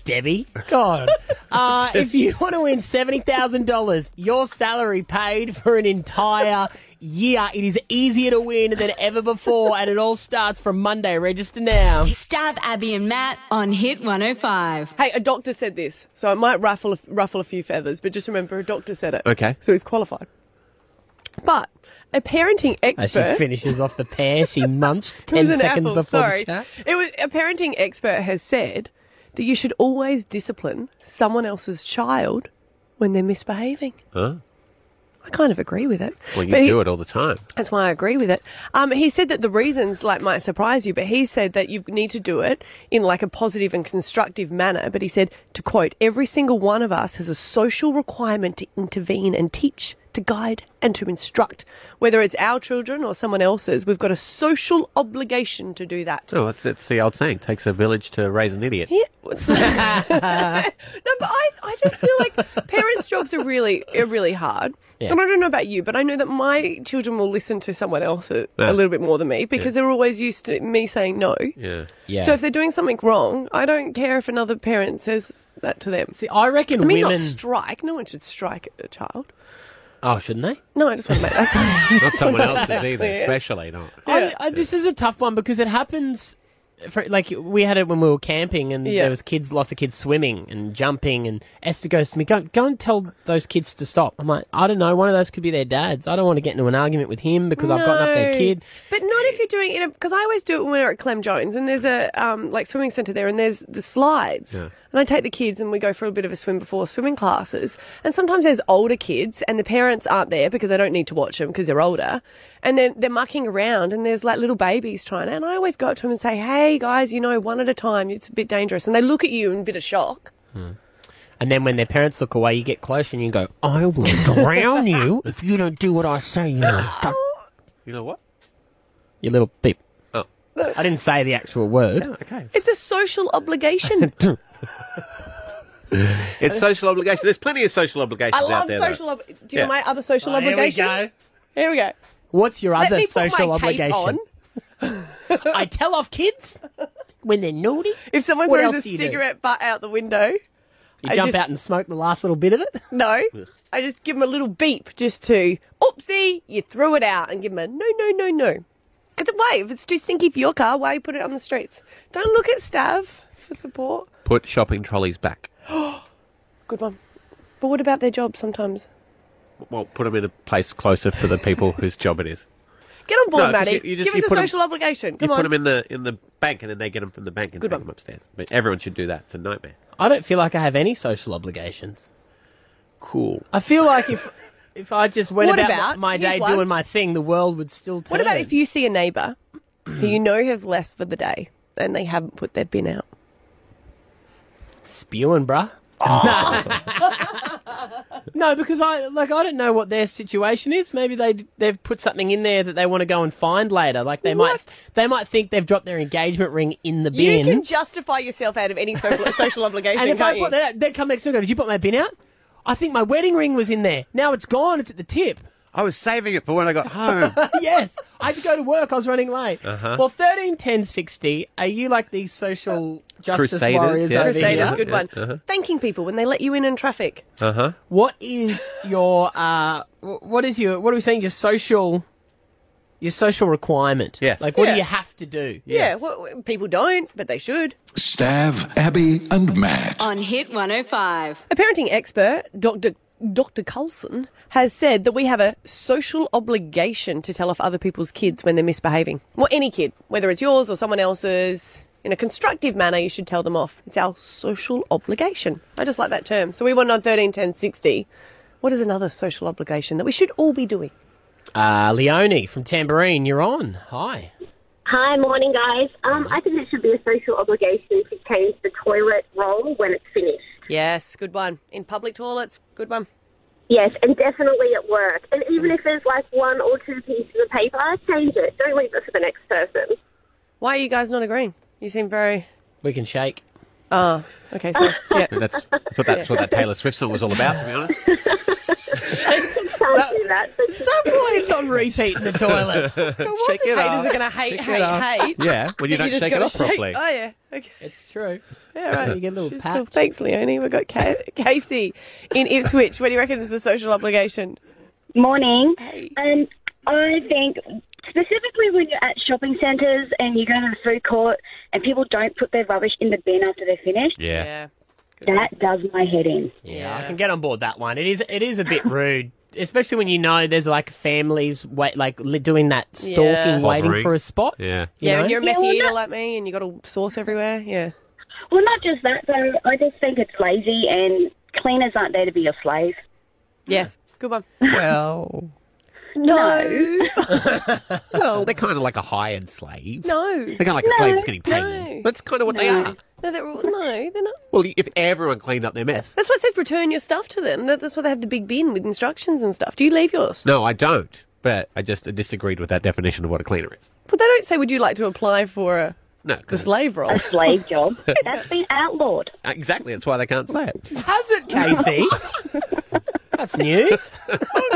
Debbie, God. Uh, if you want to win $70,000, your salary paid for an entire year, it is easier to win than ever before, and it all starts from Monday. Register now. Stab Abby and Matt on Hit 105. Hey, a doctor said this, so it might ruffle a, ruffle a few feathers, but just remember a doctor said it. Okay. So he's qualified. But a parenting As she expert. finishes off the pear she munched It was 10 an seconds apple, before sorry. the chat. It was a parenting expert has said that you should always discipline someone else's child when they're misbehaving. Huh? I kind of agree with it. Well, you But he- do it all the time. That's why I agree with it. Um, he said that the reasons like might surprise you, but he said that you need to do it in like a positive and constructive manner. But he said to quote, "Every single one of us has a social requirement to intervene and teach." To guide and to instruct, whether it's our children or someone else's, we've got a social obligation to do that. Oh, that's, that's the old saying. Takes a village to raise an idiot. no, but I, I just feel like parents' jobs are really are really hard. Yeah. And I don't know about you, but I know that my children will listen to someone else a, Yeah. a little bit more than me because Yeah. they're always used to me saying no. Yeah. So if they're doing something wrong, I don't care if another parent says that to them. See, I reckon I mean, not women- strike. No one should strike a child. Oh, shouldn't they? No, I just want to make that clear. Not someone else's either, Yeah. especially not. I, I, this is a tough one because it happens. For, like we had it when we were camping, and Yeah. there was kids, lots of kids swimming and jumping. And Esther goes to me, "Go, go and tell those kids to stop." I'm like, "I don't know. One of those could be their dads. I don't want to get into an argument with him because I've gotten up their No. kid." But not if you're doing it because I always do it when we're at Clem Jones and there's a um, like swimming centre there and there's the slides. Yeah. And I take the kids and we go for a bit of a swim before swimming classes. And sometimes there's older kids and the parents aren't there because they don't need to watch them because they're older. And then they're mucking around and there's like little babies trying. And I always go up to them and say, "Hey guys, you know, one at a time. It's a bit dangerous." And they look at you in a bit of shock. And And then when their parents look away, you get close and you go, I will drown you if you don't do what I say, you little fuck. You know what? You little beep. Oh. I didn't say the actual word. okay. It's a social obligation. It's social obligation. There's plenty of social obligations I love out there. social. Ob- do you know Yeah. my other social Oh, here we obligation? go. Here we go. What's your Let other me put my social cape obligation? I tell off kids when they're naughty. If someone What throws else a do you do? cigarette butt out the window, You I jump just- out and smoke the last little bit of it. no, I just give them a little beep just to, oopsie, you threw it out, and give them a no, no, no, no. Because why? If it's too stinky for your car, why you put it on the streets? Don't look at Stav for support. Put shopping trolleys back. Good one. But what about their job sometimes? Well, put them in a place closer for the people whose job it is. Get on board, No, 'cause Maddie. you- you just- give you us a put 'em- social obligation. You Come put on. them in the in the bank, and then they get them from the bank and Good take one. them upstairs. But everyone should do that. It's a nightmare. I don't feel like I have any social obligations. Cool. I feel like if if I just went What about, about- my here's day one. doing my thing, the world would still turn. What about if you see a neighbour who you know have left for the day and they haven't put their bin out? spewing, bruh? Oh. no, because I like I don't know what their situation is. Maybe they they've put something in there that they want to go and find later. Like they might they might think they've dropped their engagement ring in the You bin. can justify yourself out of any social, social obligation, and if can't I you? put that, they come next to me and go, "Did you put my bin out? I think my wedding ring was in there. Now it's gone. It's at the tip." I was saving it for when I got home. yes, I had to go to work. I was running late. Uh-huh. Well, thirteen, ten, sixty. Are you like these social justice Crusaders, warriors? yeah. over Crusaders, here? good one. uh-huh. Thanking people when they let you in in traffic. Uh huh. What is your uh? wh- What is your? What are we saying? Your social, your social requirement. Yes. Like, what Yeah. do you have to do? Yeah, well, people don't, but they should. Stav, Abby, and Matt. On Hit 105. A parenting expert, Dr. Dr. Coulson, has said that we have a social obligation to tell off other people's kids when they're misbehaving. Well, any kid, whether it's yours or someone else's, in a constructive manner, you should tell them off. It's our social obligation. I just like that term. So we want on 13, 10, 60. What is another social obligation that we should all be doing? Uh, Leone from Tambourine, you're on. Hi. Hi, morning, guys. Um, I think it should be a social obligation to change the toilet roll when it's finished. Yes, good one. In public toilets, good one. Yes, and definitely at work. And even if there's like one or two pieces of paper, change it. Don't leave it for the next person. Why are you guys not agreeing? You seem very. We can shake. Oh, okay. So, yeah. That's I thought that's what that Taylor Swift song was all about. To be honest. Can't do that. But it's on repeat in the toilet. Shake it haters off. are going to hate, Shake it off. hate, hate. Yeah, when you But don't just shake it gotta off properly. Oh, yeah. Okay. It's true. Yeah, right. You get a little pat. Cool. Thanks, Leonie. We've got Ca- Casey in Ipswich. What do you reckon is a social obligation? Morning. Um, And I think specifically when you're at shopping centres and you go to the food court and people don't put their rubbish in the bin after they're finished. Yeah. That does my head in. Yeah, I can get on board that one. It is it is a bit rude, especially when you know there's like families wait like li- doing that stalking, Yeah. waiting Hovering. for a spot. Yeah. Yeah, when you're a messy Yeah, well, eater no- like me and you got all sauce everywhere. Yeah. Well, not just that, though. I just think it's lazy and cleaners aren't there to be your slave. Yes. Good one. Well, No. well, they're kind of like a hired slave. No. They're kind of like a slave that's getting paid. No. That's kind of what they are. No, they're, all- no, they're not. Well, if everyone cleaned up their mess. That's what it says return your stuff to them. That- That's why they have the big bin with instructions and stuff. Do you leave yours? No, I don't. But I just disagreed with that definition of what a cleaner is. But they don't say, would you like to apply for a, No, the 'cause- slave role? A slave job. That's been outlawed. Uh, exactly. That's why they can't say it. Has it, Casey? That's news.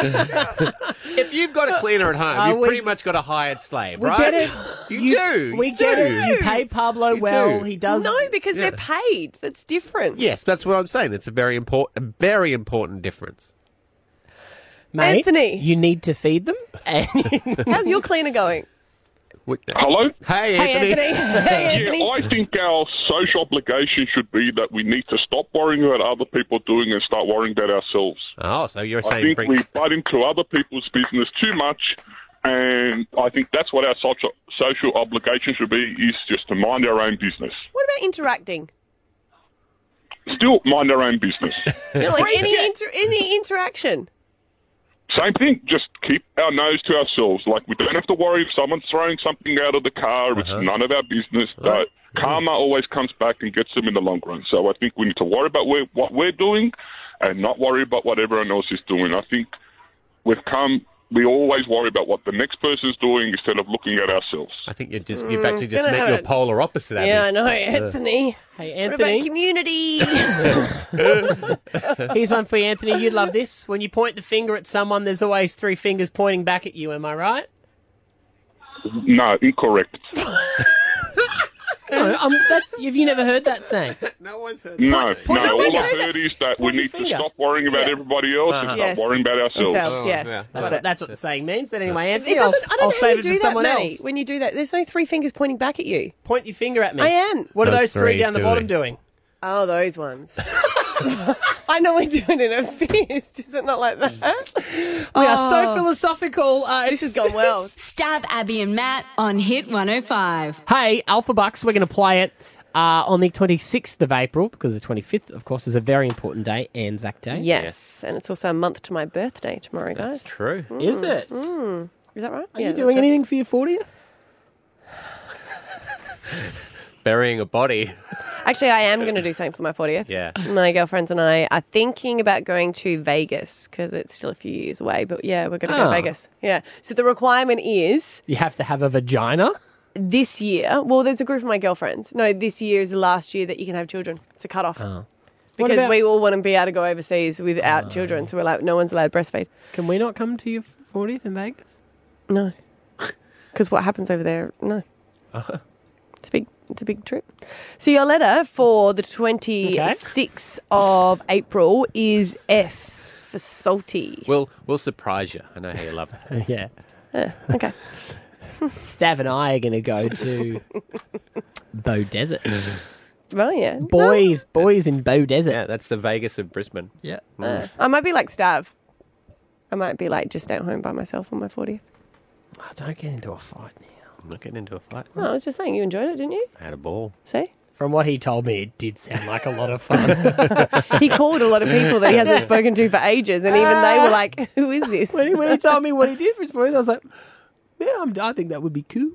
If you've got a cleaner at home, Uh, you've we- pretty much got a hired slave, We right? get it. You, do. We you get do. it. You pay Pablo well. do. He does. No, because Yeah. they're paid. That's different. Yes, that's what I'm saying. It's a very important, a very important difference. Mate, Anthony. You need to feed them. And How's your cleaner going? Hello? Hey, Hey, Anthony. Hey, Anthony. Yeah, I think our social obligation should be that we need to stop worrying about other people doing and start worrying about ourselves. Oh, so you're I saying think bring we butt into other people's business too much, and I think that's what our social, social obligation should be, is just to mind our own business. What about interacting? Still mind our own business. You know, like any inter- any interaction. Same thing, just keep our nose to ourselves. Like, we don't have to worry if someone's throwing something out of the car, it's none of our business. But Karma always comes back and gets them in the long run. So I think we need to worry about where, what we're doing and not worry about what everyone else is doing. I think we've come. We always worry about what the next person's doing instead of looking at ourselves. I think you've just you've Mm, actually just gonna met have your it. polar opposite. Yeah, I know, Anthony. Hey, What Anthony. about community? Here's one for you, Anthony. You'd love this. When you point the finger at someone, there's always three fingers pointing back at you. Am I right? No, incorrect. No, I'm, that's, have you never heard that saying? no one's heard No, Point- point no. your All finger. I've heard is that we need to finger. stop worrying about everybody else Uh-huh. Oh, and Yes. start worrying about ourselves. That's, what, that's what the saying means. But anyway, It Anthony, I'll, doesn't, I don't I'll know how save you it do to that, someone Matty, else. when you do that. There's no three fingers pointing back at you. Point your finger at me. I am. What are those three, down the bottom doing? Oh, those ones. I normally do it in a fist. Is it not like that? Oh. We are so philosophical. uh, this has gone well. Stab Abby and Matt on Hit 105. Hey, Alpha Bucks, we're going to play it uh, on the 26th of April because the 25th, of course, is a very important day, Anzac Day. Yes, and it's also a month to my birthday tomorrow, guys. True. Is it? Mm. Is that right? Are you doing anything for your 40th? Burying a body. Actually, I am going to do something for my 40th. Yeah. My girlfriends and I are thinking about going to Vegas because it's still a few years away. But yeah, we're going to go Ah. to Vegas. Yeah. So the requirement is You have to have a vagina. this year. Well, there's a group of my girlfriends. No, this year is the last year that you can have children. It's a cut off. Ah. What Because about- Ah. we all want to be able to go overseas without children. So we're like, no one's allowed to breastfeed. Can we not come to your 40th in Vegas? No. Because what happens over there, no. It's a big, it's a big trip. So your letter for the 26th of April is S for salty. We'll we'll surprise you. I know how you love that. yeah. Ah, okay. Stav and I are going to go to Bow Desert. Well, yeah. boys, boys in Bow Desert. Yeah, that's the Vegas of Brisbane. Yeah. Uh, I might be like Stav. I might be like just stay at home by myself on my 40th. I don't get into a fight now. I'm not getting into a fight. No, I was just saying, you enjoyed it, didn't you? I had a ball. See? From what he told me, it did sound like a lot of fun. He called a lot of people that he hasn't spoken to for ages, and even they were like, who is this? when, he, when he told me what he did for his 40th, I was like, yeah, I'm, I think that would be cool.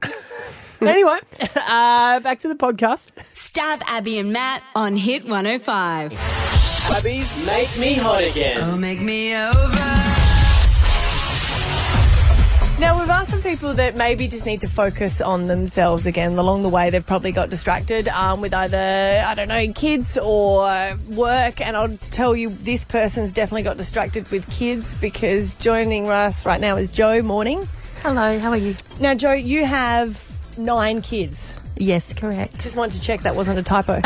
anyway, uh, back to the podcast. Stab Abby and Matt on Hit 105. Abby's Make Me Hot Again. Oh, make me over. Now, we've asked some people that maybe just need to focus on themselves again. Along the way, they've probably got distracted um, with either, I don't know, kids or work. And I'll tell you, this person's definitely got distracted with kids because joining us right now is Joe Morning. Hello, how are you? Now, Joe, you have nine kids. Yes, correct. Just wanted to check that wasn't a typo.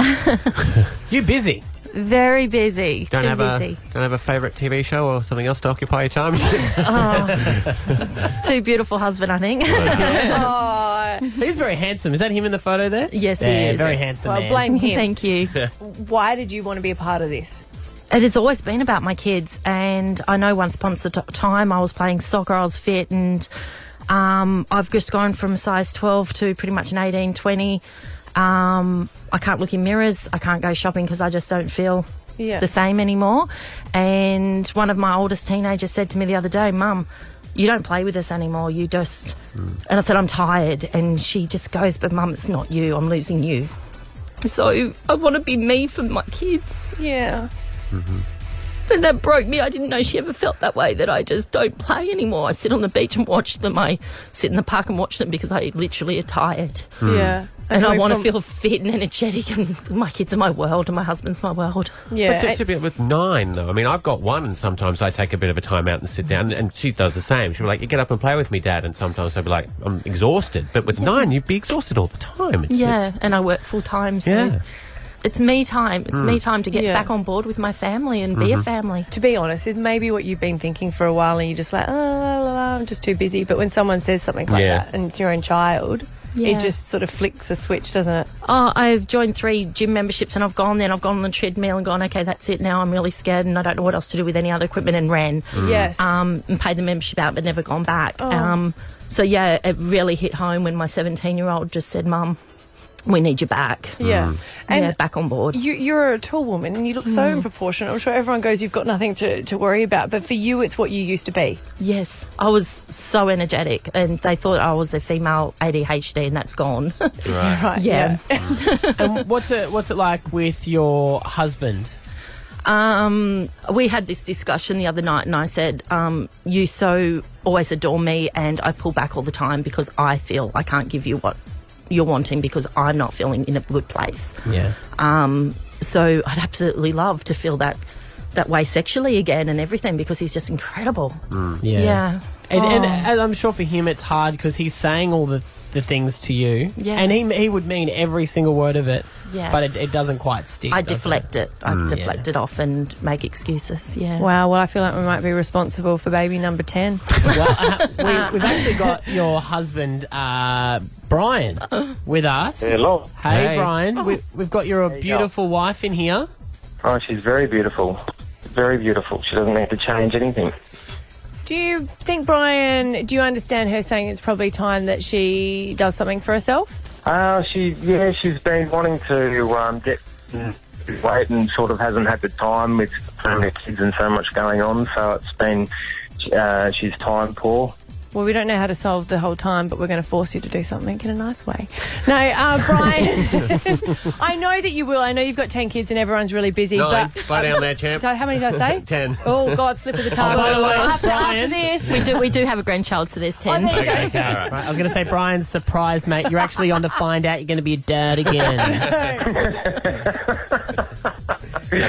You busy? Very busy. Don't Too have busy. a don't have a favourite TV show or something else to occupy your time. Too beautiful husband, I think. He's very handsome. Is that him in the photo there? Yes, he Yeah, is. very handsome Well, man. blame him. Thank you. Why did you want to be a part of this? It has always been about my kids, and I know once upon a t- time I was playing soccer, I was fit, and um, I've just gone from size 12 to pretty much an 18, 20. Um, I can't look in mirrors, I can't go shopping because I just don't feel Yeah. the same anymore. And one of my oldest teenagers said to me the other day, Mum, you don't play with us anymore, you just. And I said, I'm tired. And she just goes, But Mum, it's not you, I'm losing you. So I want to be me for my kids. Yeah. And that broke me. I didn't know she ever felt that way that I just don't play anymore. I sit on the beach and watch them. I sit in the park and watch them because I literally are tired. Hmm. Yeah. And I Okay, want to from- feel fit and energetic, and my kids are my world, and my husband's my world. But to, to be with nine though, I mean, I've got one, and sometimes I take a bit of a time out and sit down, and she does the same. She'll be like, "You get up and play with me, Dad," and sometimes I'll be like, "I'm exhausted." But with nine, you'd be exhausted all the time. It's, yeah, it's- and I work full time, so Yeah. it's me time. It's Mm. me time to get Yeah. back on board with my family and be a Mhm. family. To be honest, it may be what you've been thinking for a while, and you're just like, oh, la, la, la, I'm just too busy. But when someone says something like Yeah. that, and it's your own child, Yeah. it just sort of flicks a switch, doesn't it? Oh, I've joined three gym memberships and I've gone then I've gone on the treadmill and gone, okay, that's it now. I'm really scared and I don't know what else to do with any other equipment and ran. Mm. Yes. Um, and paid the membership out but never gone back. Oh. Um, so yeah, it really hit home when my 17 year old just said, Mum, we need you back. Yeah. And yeah, back on board. You, you're a tall woman and you look so Mm. in proportion. I'm sure everyone goes, you've got nothing to, to worry about. But for you, it's what you used to be. Yes, I was so energetic, and they thought I was a female ADHD, and that's gone. Right. Right, yeah. and what's it What's it like with your husband? Um, we had this discussion the other night, and I said, um, "You so always adore me, and I pull back all the time because I feel I can't give you what you're wanting because I'm not feeling in a good place." Yeah. Um, so I'd absolutely love to feel that that way sexually again and everything because he's just incredible. Yeah. Yeah. And, and, Oh. and I'm sure for him it's hard because he's saying all the, the things to you. Yeah. And he, he would mean every single word of it. Yeah. But it, it doesn't quite stick. I does deflect it. I deflect it off and make excuses. Yeah. Wow, well, I feel like we might be responsible for baby number 10. Uh, We, we've actually got your husband, uh, Brian, with us. Hello. Hey, Hey. Oh. Brian. We, we've got your you beautiful wife in here. Oh, she's very beautiful. Very beautiful. She doesn't need to change anything. Do you think, Brian, do you understand her saying it's probably time that she does something for herself? Uh, she, yeah, she's been wanting to um, get mm, weight and sort of hasn't had the time with so many kids and so much going on. So it's been, uh, she's time poor. Well, we don't know how to solve the whole time, but we're going to force you to do something in a nice way. No, uh, Brian, I know that you will. I know you've got 10 kids and everyone's really busy. Nine. But Slow down there, champ. So how many did I say? Ten. Oh, God, slip of the tongue. Oh, by the way, after, after Brian. this. Oh, We do we do have a grandchild, so there's ten. Right, I was going to say, Brian's surprise, mate. You're actually on to find out you're going to be a dad again.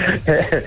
no,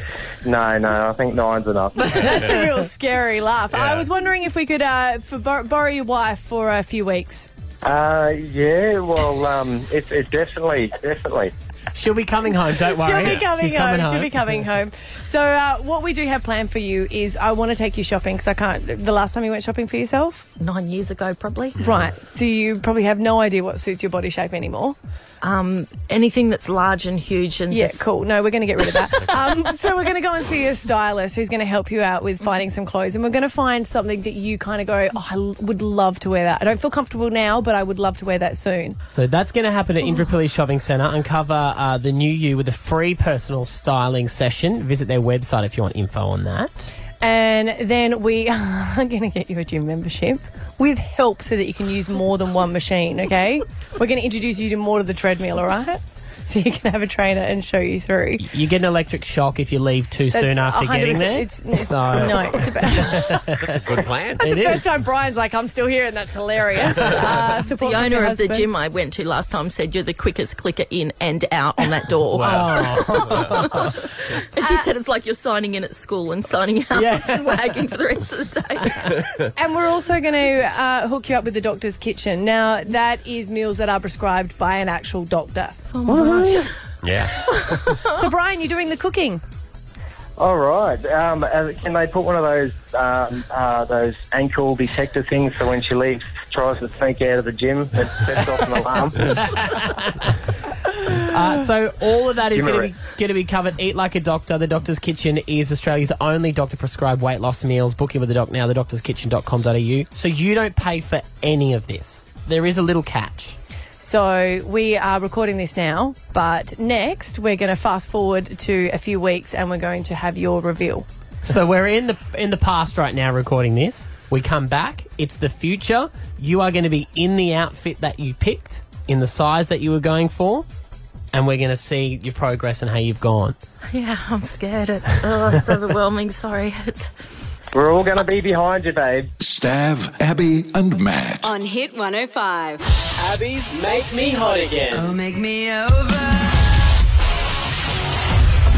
no, I think nine's enough. That's a real scary laugh. Yeah. I was wondering if we could uh, for, bor- borrow your wife for a few weeks. Uh, yeah, well, um, it, it definitely, definitely. She'll be coming home, don't worry. She'll be coming, She's home. coming She'll home. be coming home. So, uh, what we do have planned for you is I want to take you shopping because I can't. The last time you went shopping for yourself? Nine years ago, probably. Right. So, you probably have no idea what suits your body shape anymore. Um, anything that's large and huge and Yeah, just- cool. No, we're going to get rid of that. um, so, we're going to go and see a stylist who's going to help you out with finding some clothes. And we're going to find something that you kind of go, oh, I l- would love to wear that. I don't feel comfortable now, but I would love to wear that soon. So that's going to happen Oh. at Indrapilli Shopping Centre. Uncover uh, the new you with a free personal styling session. Visit their website if you want info on that. And then we are going to get you a gym membership with help so that you can use more than one machine, okay? We're going to introduce you to more of the treadmill, all right? So you can have a trainer and show you through. You get an electric shock if you leave too soon That's after 100% getting there. It's, it's, So- No, it's about, Good plan. that's the first time Brian's like, I'm still here, and that's hilarious. Uh, the support from your owner of the husband. gym I went to last time said you're the quickest clicker in and out on that door. and she said it's like you're signing in at school and signing out Yes. and wagging for the rest of the day. And we're also going to uh, hook you up with the doctor's kitchen. Now, that is meals that are prescribed by an actual doctor. Oh my gosh. Yeah. so, Brian, you're doing the cooking. All right. Um, uh, can they put one of those um, uh, those ankle detector things so when she leaves, tries to sneak out of the gym, it sets off an alarm? Uh, so all of that is Give me going to a be going to be covered. Eat like a doctor. The Doctor's Kitchen is Australia's only doctor prescribed weight loss meals. Book in with the doc now. Thedoctorskitchen.com.au. So you don't pay for any of this. There is a little catch. So we are recording this now, but next we're going to fast forward to a few weeks and we're going to have your reveal. So we're in the in the past right now recording this. We come back. It's the future. You are going to be in the outfit that you picked, in the size that you were going for, and we're going to see your progress and how you've gone. Yeah, I'm scared. It's, oh, it's overwhelming. Sorry. It's We're all going to be behind you, babe. Stav, Abby, and Matt. On Hit 105. Abby's Make Me Hot Again. Oh, make me over.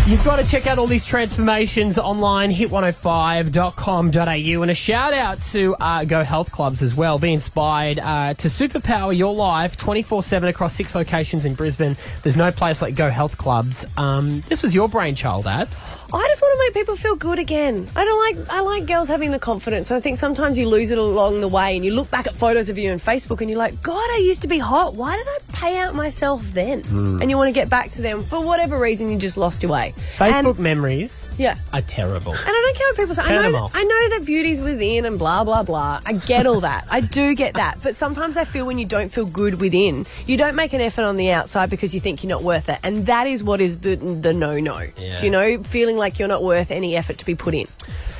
You've got to check out all these transformations online, hit105.com.au. And a shout out to uh, Go Health Clubs as well. Be inspired uh, to superpower your life 24 7 across six locations in Brisbane. There's no place like Go Health Clubs. Um, this was your brainchild, Abs. I just want to make people feel good again. I don't like I like girls having the confidence. I think sometimes you lose it along the way and you look back at photos of you on Facebook and you're like, "God, I used to be hot. Why did I pay out myself then?" Mm. And you want to get back to them for whatever reason you just lost your way. Absolutely. Facebook And- memories yeah. are terrible. And I don't care what people say. Turn I them know, off. I know that beauty's within and blah, blah, blah. I get all that. I do get that. But sometimes I feel when you don't feel good within, you don't make an effort on the outside because you think you're not worth it. And that is what is the, the no no. Yeah. Do you know? Feeling like you're not worth any effort to be put in.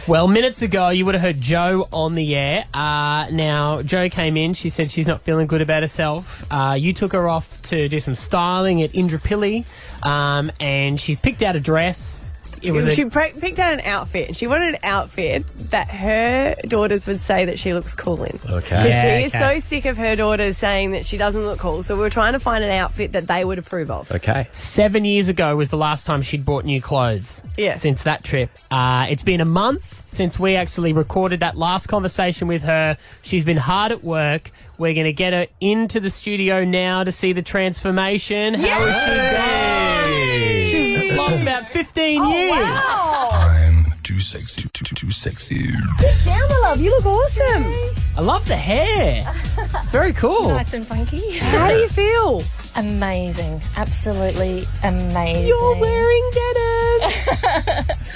Well, minutes ago, you would have heard Joe on the air. Uh, now, Joe came in. She said she's not feeling good about herself. Uh, you took her off to do some styling at Indrapilli, um, and she's picked out a dress. It was a- she pre- picked out an outfit and she wanted an outfit that her daughters would say that she looks cool in. Okay. Because Yeah, she is okay. so sick of her daughters saying that she doesn't look cool. So we were trying to find an outfit that they would approve of. Okay. Seven years ago was the last time she'd bought new clothes. Yeah. Since that trip. Uh, it's been a month since we actually recorded that last conversation with her. She's been hard at work. We're going to get her into the studio now to see the transformation. How is she going? She's lost about 15 years. Too sexy, too, too, too sexy. Sit down, my love. You look awesome. I love the hair. It's very cool. Nice and funky. How do you feel? Amazing. Absolutely amazing. You're wearing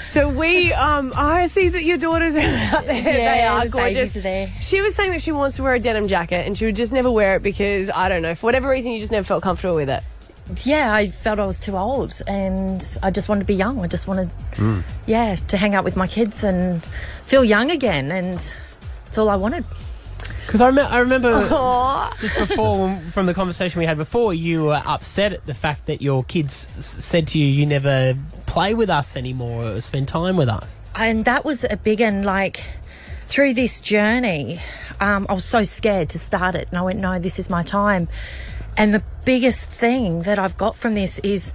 So we, um, I see that your daughters are out there. they Yeah, are the gorgeous. babies are there. She was saying that she wants to wear a denim jacket and she would just never wear it because I don't know, for whatever reason, you just never felt comfortable with it. Yeah, I felt I was too old and I just wanted to be young. I just wanted, yeah, to hang out with my kids and feel young again. And it's all I wanted. Because I, rem- I remember Aw. just before, from the conversation we had before, you were upset at the fact that your kids s- said to you, you never play with us anymore or spend time with us. And that was a big one. Like through this journey, um, I was so scared to start it, and I went, "No, this is my time." And the biggest thing that I've got from this is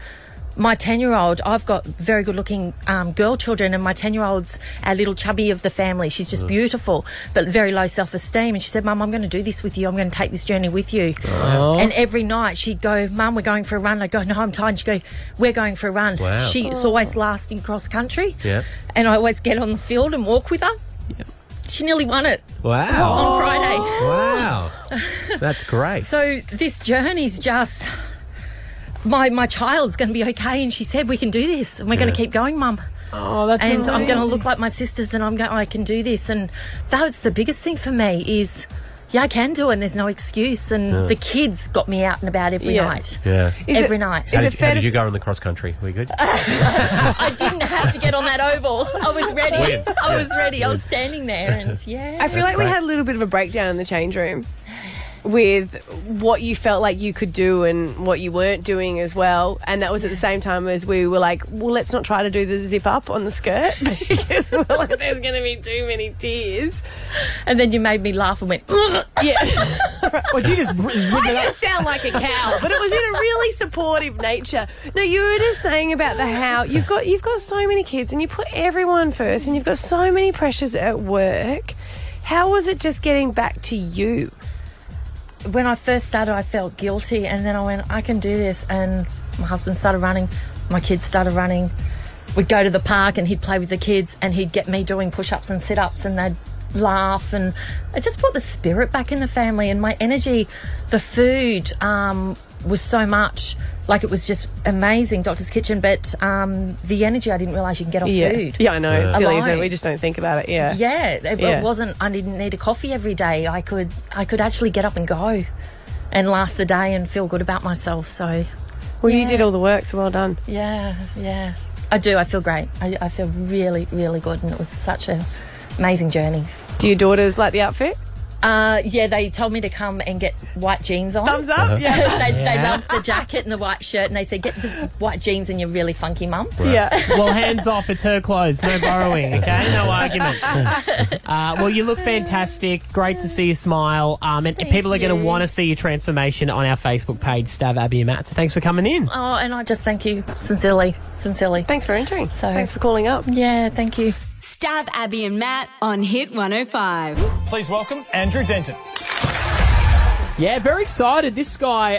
my ten-year-old. I've got very good-looking um, girl children, and my ten-year-old's our little chubby of the family. She's just Mm. beautiful, but very low self-esteem. And she said, "Mum, I'm going to do this with you. I'm going to take this journey with you." Wow. And every night she'd go, "Mum, we're going for a run." I go, "No, I'm tired." And she'd go, "We're going for a run." Wow. She, it's Aw. always lasting cross country yeah. and I always get on the field and walk with her. She nearly won it on Friday. Wow. That's great. So this journey's just my my child's going to be okay, and she said we can do this, and we're going Yeah. to keep going, Mum. Oh, that's and I'm going to amazing. look like my sisters, and I'm going I can do this, and that's the biggest thing for me is. Yeah, I can do it, and there's no excuse. And Yeah. the kids got me out and about every Yeah. night. Yeah. every night. How did, how did you go in the cross country? Were you good? I didn't have to get on that oval. I was ready. Win. I Yeah. was ready. I was Win. standing there, and yeah. I feel like we had a little bit of a breakdown in the change room with what you felt like you could do and what you weren't doing as well. And that was at the same time as we were like, well, let's not try to do the zip up on the skirt because we're like, there's going to be too many tears. And then you made me laugh and went, yeah. Well, you just I just sound like a cow, but it was in a really supportive nature. No, you were just saying about the how you've got you've got so many kids and you put everyone first, and you've got so many pressures at work. How was it just getting back to you? When I first started, I felt guilty, and then I went, I can do this. And my husband started running, my kids started running. We'd go to the park, and he'd play with the kids, and he'd get me doing push ups and sit ups, and they'd laugh. And I just brought the spirit back in the family, and my energy, the food um, was so much. Like it was just amazing, Doctor's Kitchen, but um, the energy I didn't realise you can get off yeah, food. yeah, I know. It's silly, isn't it? Alone. We just don't think about it. Yeah, Yeah, it, it Yeah. wasn't. I didn't need a coffee every day. I could, I could actually get up and go, and last the day and feel good about myself. So, Well, you did all the work, so well done. yeah, yeah, I do. I feel great. I, I feel really, really good, and it was such a amazing journey. Do your daughters like the outfit? Uh, yeah, they told me to come and get white jeans on. Thumbs up. yeah. they, they Yeah. loved the jacket and the white shirt, and they said, "Get the white jeans, and you're really funky, mum." well, hands off. It's her clothes. No borrowing. Okay. No arguments. Uh, well, you look fantastic. Great to see you smile. Um, and people are going to want to see your transformation on our Facebook page, Stav Abby and Matt. So thanks for coming in. Oh, and I just thank you sincerely, sincerely. Thanks for entering. So Thanks for calling up. Yeah, thank you. Stab Abby and Matt on Hit 105. Please welcome Andrew Denton. Yeah, very excited. This guy,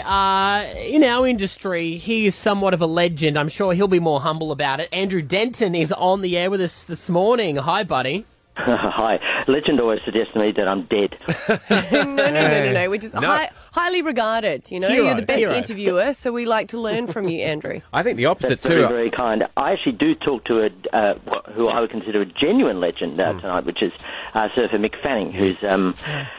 uh, in our industry, he is somewhat of a legend. I'm sure he'll be more humble about it. Andrew Denton is on the air with us this morning. Hi, buddy. Hi. Legend always suggests to me that I'm dead. no, no, no, no, no. We're just hi- highly regarded. You know, Hero, you're the best hero. interviewer, so we like to learn from you, Andrew. I think the opposite That's very, too. very kind. I actually do talk to a uh, wh- who I would consider a genuine legend Hmm. uh, tonight, which is uh, surfer Mick Fanning, who's um,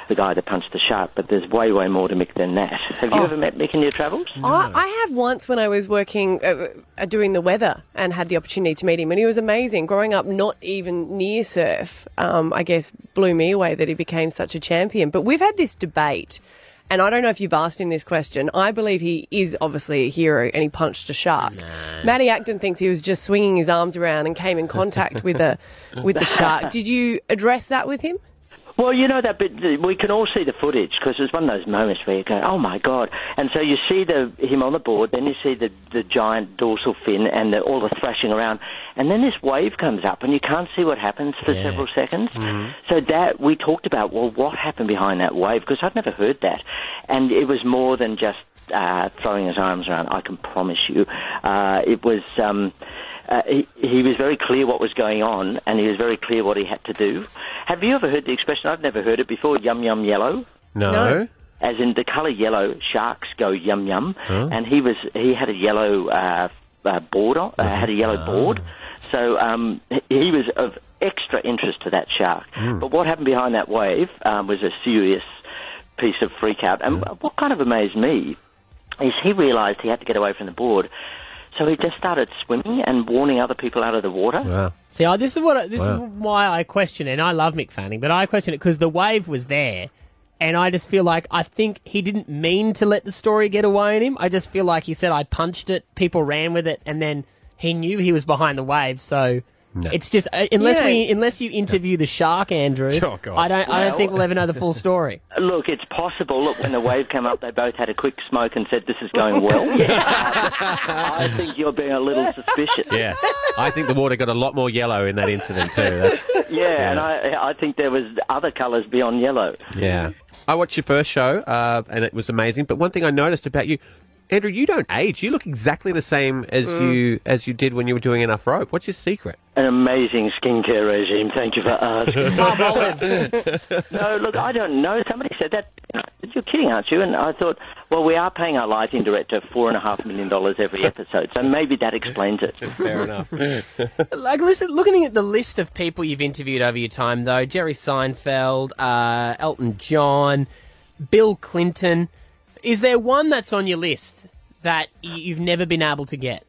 the guy that punched the shark. But there's way, way more to Mick than that. Have you Oh. ever met Mick in your travels? I, I have once when I was working uh, uh, doing the weather and had the opportunity to meet him, and he was amazing. Growing up, not even near surf, um, I guess blew me away that he became such a champion. But we've had this debate, and I don't know if you've asked him this question. I believe he is obviously a hero, and he punched a shark. Matty Acton thinks he was just swinging his arms around and came in contact with the with the shark. Did you address that with him? Well, you know that bit. We can all see the footage because it's one of those moments where you go, "Oh my god!" And so you see the him on the board, then you see the the giant dorsal fin and the, all the thrashing around, and then this wave comes up, and you can't see what happens for several seconds. So that we talked about, well, what happened behind that wave? Because I'd never heard that, and it was more than just uh, throwing his arms around. I can promise you, uh, it was. Um, uh, he, he was very clear what was going on, and he was very clear what he had to do. Have you ever heard the expression? I've never heard it before. Yum yum yellow. No. No. As in the colour yellow, sharks go yum yum, Oh. and he was he had a yellow uh, uh, board on, uh, had a yellow board, so um, he- he was of extra interest to that shark. Mm. But what happened behind that wave um, was a serious piece of freak out. And what kind of amazed me is he realised he had to get away from the board, so he just started swimming and warning other people out of the water. See, I, this is what I- this Wow. is why I question it. And I love Mick Fanning, but I question it because the wave was there, and I just feel like I think he didn't mean to let the story get away on him. I just feel like he said I punched it, people ran with it, and then he knew he was behind the wave, so. It's just uh, unless Yeah. we unless you interview the shark, Andrew. Oh, God. I don't I don't Well- think we'll ever know the full story. Look, it's possible. Look, when the wave came up, they both had a quick smoke and said, "This is going well." I think you're being a little suspicious. Yeah, I think the water got a lot more yellow in that incident too. That's, Yeah, and I, I think there was other colours beyond yellow. yeah, I watched your first show uh, and it was amazing. But one thing I noticed about you, Andrew, you don't age. You look exactly the same as Mm. you as you did when you were doing enough rope. What's your secret? An amazing skincare regime. Thank you for asking. no, look, I don't know. Somebody said that. You're kidding, aren't you? And I thought, well, we are paying our lighting director four and a half million dollars every episode, so maybe that explains it. Fair enough. Like, listen, looking at the list of people you've interviewed over your time, though, Jerry Seinfeld, uh, Elton John, Bill Clinton, is there one that's on your list that y- you've never been able to get?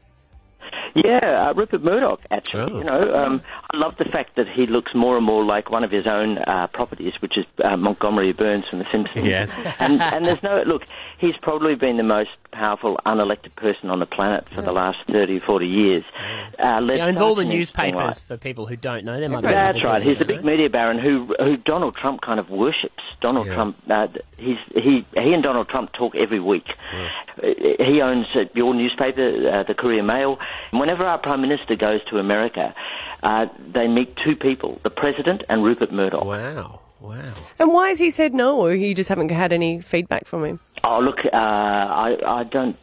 Yeah, uh, Rupert Murdoch, actually. Oh. You know, um, I love the fact that he looks more and more like one of his own uh, properties, which is uh, Montgomery Burns from The Simpsons. Yes. and, and there's no, look, he's probably been the most powerful unelected person on the planet for the last 30, 40 years. Uh, Oh. He Les owns all the Duncan is something newspapers like- for people who don't know. There might be a that's couple right. people He's the who don't big media baron who who Donald Trump kind of worships. Donald Trump. Uh, he's he he and Donald Trump talk every week. Uh, He owns uh, your newspaper, uh, the Courier Mail. And whenever our prime minister goes to America, uh, they meet two people: the president and Rupert Murdoch. Wow. Wow. And why has he said no, or you just haven't had any feedback from him? Oh look, uh, I I don't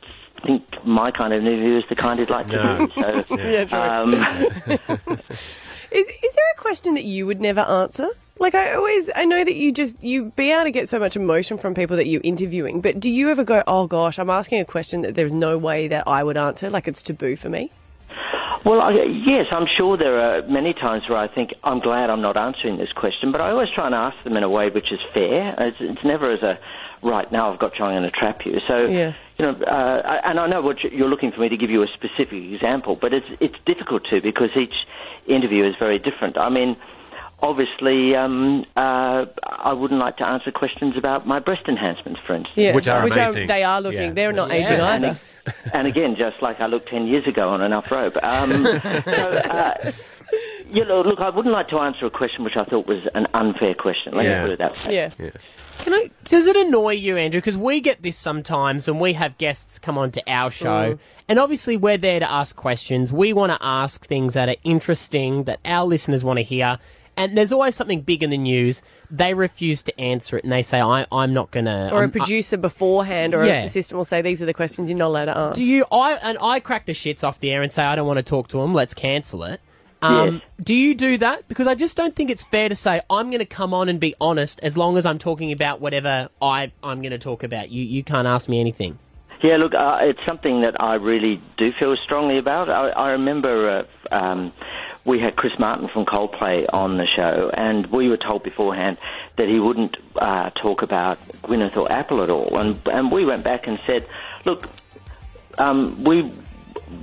think my kind of interview is the kind he'd like to No. do. So, Yeah, that's right. um, Is, is there a question that you would never answer? Like I always, I know that you just you be able to get so much emotion from people that you're interviewing. But do you ever go, oh gosh, I'm asking a question that there's no way that I would answer, like it's taboo for me? Well, I, yes, I'm sure there are many times where I think I'm glad I'm not answering this question, but I always try and ask them in a way which is fair. It's, it's never as a right now I've got you, I'm going to trap you. So, Yeah. you know, uh, I- and I know what you- you're looking for me to give you a specific example, but it's it's difficult to because each interview is very different. I mean. Obviously, um, uh, I wouldn't like to answer questions about my breast enhancements, for instance. they are looking. They're not aging Yeah. either. And, uh, and again, just like I looked 10 years ago on enough rope. Um, so, uh, you know, look, I wouldn't like to answer a question which I thought was an unfair question. Let Yeah. me put it that way. Yeah. Can I? Does it annoy you, Andrew? Because we get this sometimes, and we have guests come on to our show, Mm. and obviously we're there to ask questions. We want to ask things that are interesting that our listeners want to hear. And there's always something big in the news. They refuse to answer it, and they say, I, "I'm not gonna." Or I'm- a producer beforehand, or Yeah. a assistant will say, these are the questions you're not allowed to I, ask. do you? I and I crack the shits off the air and say, "I don't want to talk to them. Let's cancel it." Um, Yes. Do you do that? Because I just don't think it's fair to say I'm going to come on and be honest as long as I'm talking about whatever I, I'm going to talk about. You you can't ask me anything. Yeah, look, uh, it's something that I really do feel strongly about. I, I remember uh, um, we had Chris Martin from Coldplay on the show, and we were told beforehand that he wouldn't uh, talk about Gwyneth or Apple at all. And, and we went back and said, look, um, we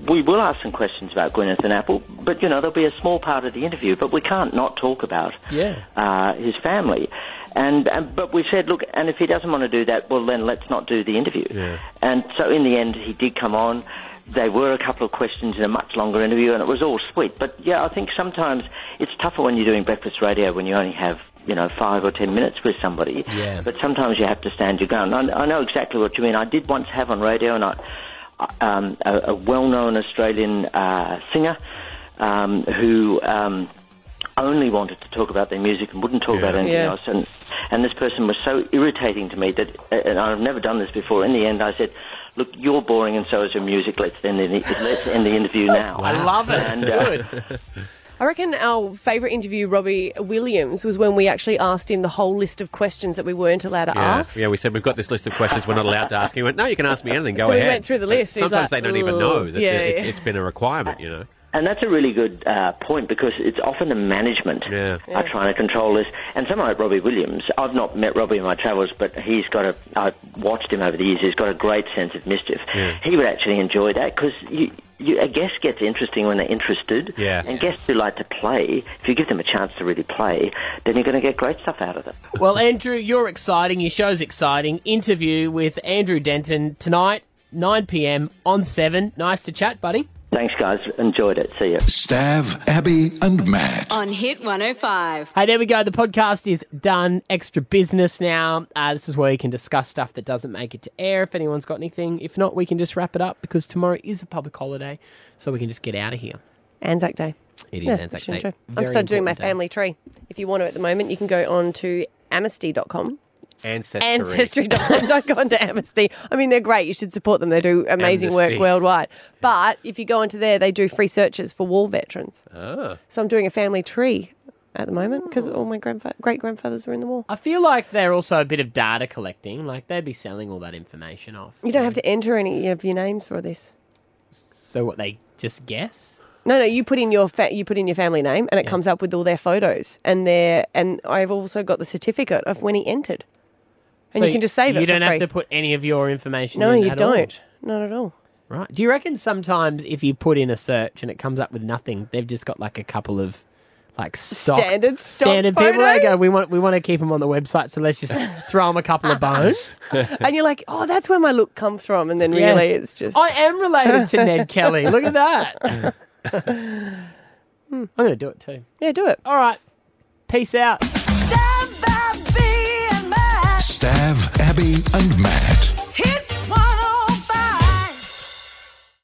we will ask some questions about Gwyneth and Apple, but you know there'll be a small part of the interview, but we can't not talk about Yeah. uh, his family. And, and but we said, look, and if he doesn't want to do that, well then let's not do the interview. And so in the end, he did come on. There were a couple of questions in a much longer interview, and it was all sweet. But yeah, I think sometimes it's tougher when you're doing breakfast radio when you only have you know five or ten minutes with somebody. Yeah. But sometimes you have to stand your ground. I, I know exactly what you mean. I did once have on radio, and I um, a, a well-known Australian uh, singer um, who um, only wanted to talk about their music and wouldn't talk about anything Yeah. else. And, and this person was so irritating to me that, uh, and I've never done this before. In the end, I said, "Look, you're boring, and so is your music. Let's end the, let's end the interview now." I love it. And, uh, Good. I reckon our favourite interview, Robbie Williams, was when we actually asked him the whole list of questions that we weren't allowed to Yeah. ask. yeah, we said we've got this list of questions we're not allowed to ask. He went, no, you can ask me anything. Go So we ahead. went through the But list. He's Sometimes like, they don't even know that "Ugh, yeah, it's, yeah." it's been a requirement, you know. And that's a really good uh, point because it's often the management are trying to control this. And someone like Robbie Williams, I've not met Robbie in my travels, but he's got a, I've watched him over the years, he's got a great sense of mischief. He would actually enjoy that because you, you, a guest gets interesting when they're interested. Yeah. And guests who like to play, if you give them a chance to really play, then you're going to get great stuff out of them. Well, Andrew, you're exciting. Your show's exciting. Interview with Andrew Denton tonight, 9 p.m. on 7. Nice to chat, buddy. Thanks, guys. Enjoyed it. See you. Stav, Abby, and Matt. On Hit 105. Hey, there we go. The podcast is done. Extra business now. Uh, this is where we can discuss stuff that doesn't make it to air if anyone's got anything. If not, we can just wrap it up because tomorrow is a public holiday, so we can just get out of here. Anzac Day. It is Yeah, Anzac Christian Day. Joe. I'm Very still doing my important day. family tree. If you want to at the moment, you can go on to amnesty.com. Ancestry. Ancestry.com. Don't go on to Amnesty. I mean, they're great. You should support them. They do amazing Amnesty. work worldwide. But if you go onto there, they do free searches for war veterans. Ah. Oh. So I'm doing a family tree at the moment because all my grandfa- great grandfathers were in the war. I feel like they're also a bit of data collecting. Like they'd be selling all that information off. You don't have to enter any of your names for this. So what they just guess? No, no. You put in your fa- you put in your family name, and it comes up with all their photos and their. And I've also got the certificate of when he entered, and So you can just save it. You don't for have free. to put any of your information. No, in you at all. don't. Not at all. Right. Do you reckon sometimes if you put in a search and it comes up with nothing, they've just got like a couple of like stock, Standard stock standard people? They photo? go, we want we want to keep them on the website, so let's just throw them a couple of bones. And you're like, oh, that's where my look comes from, and then Yes. really it's just. I am related to Ned Kelly. Look at that. I'm gonna do it too. Yeah, do it. All right. Peace out. Stav, Abby, and Matt. Hit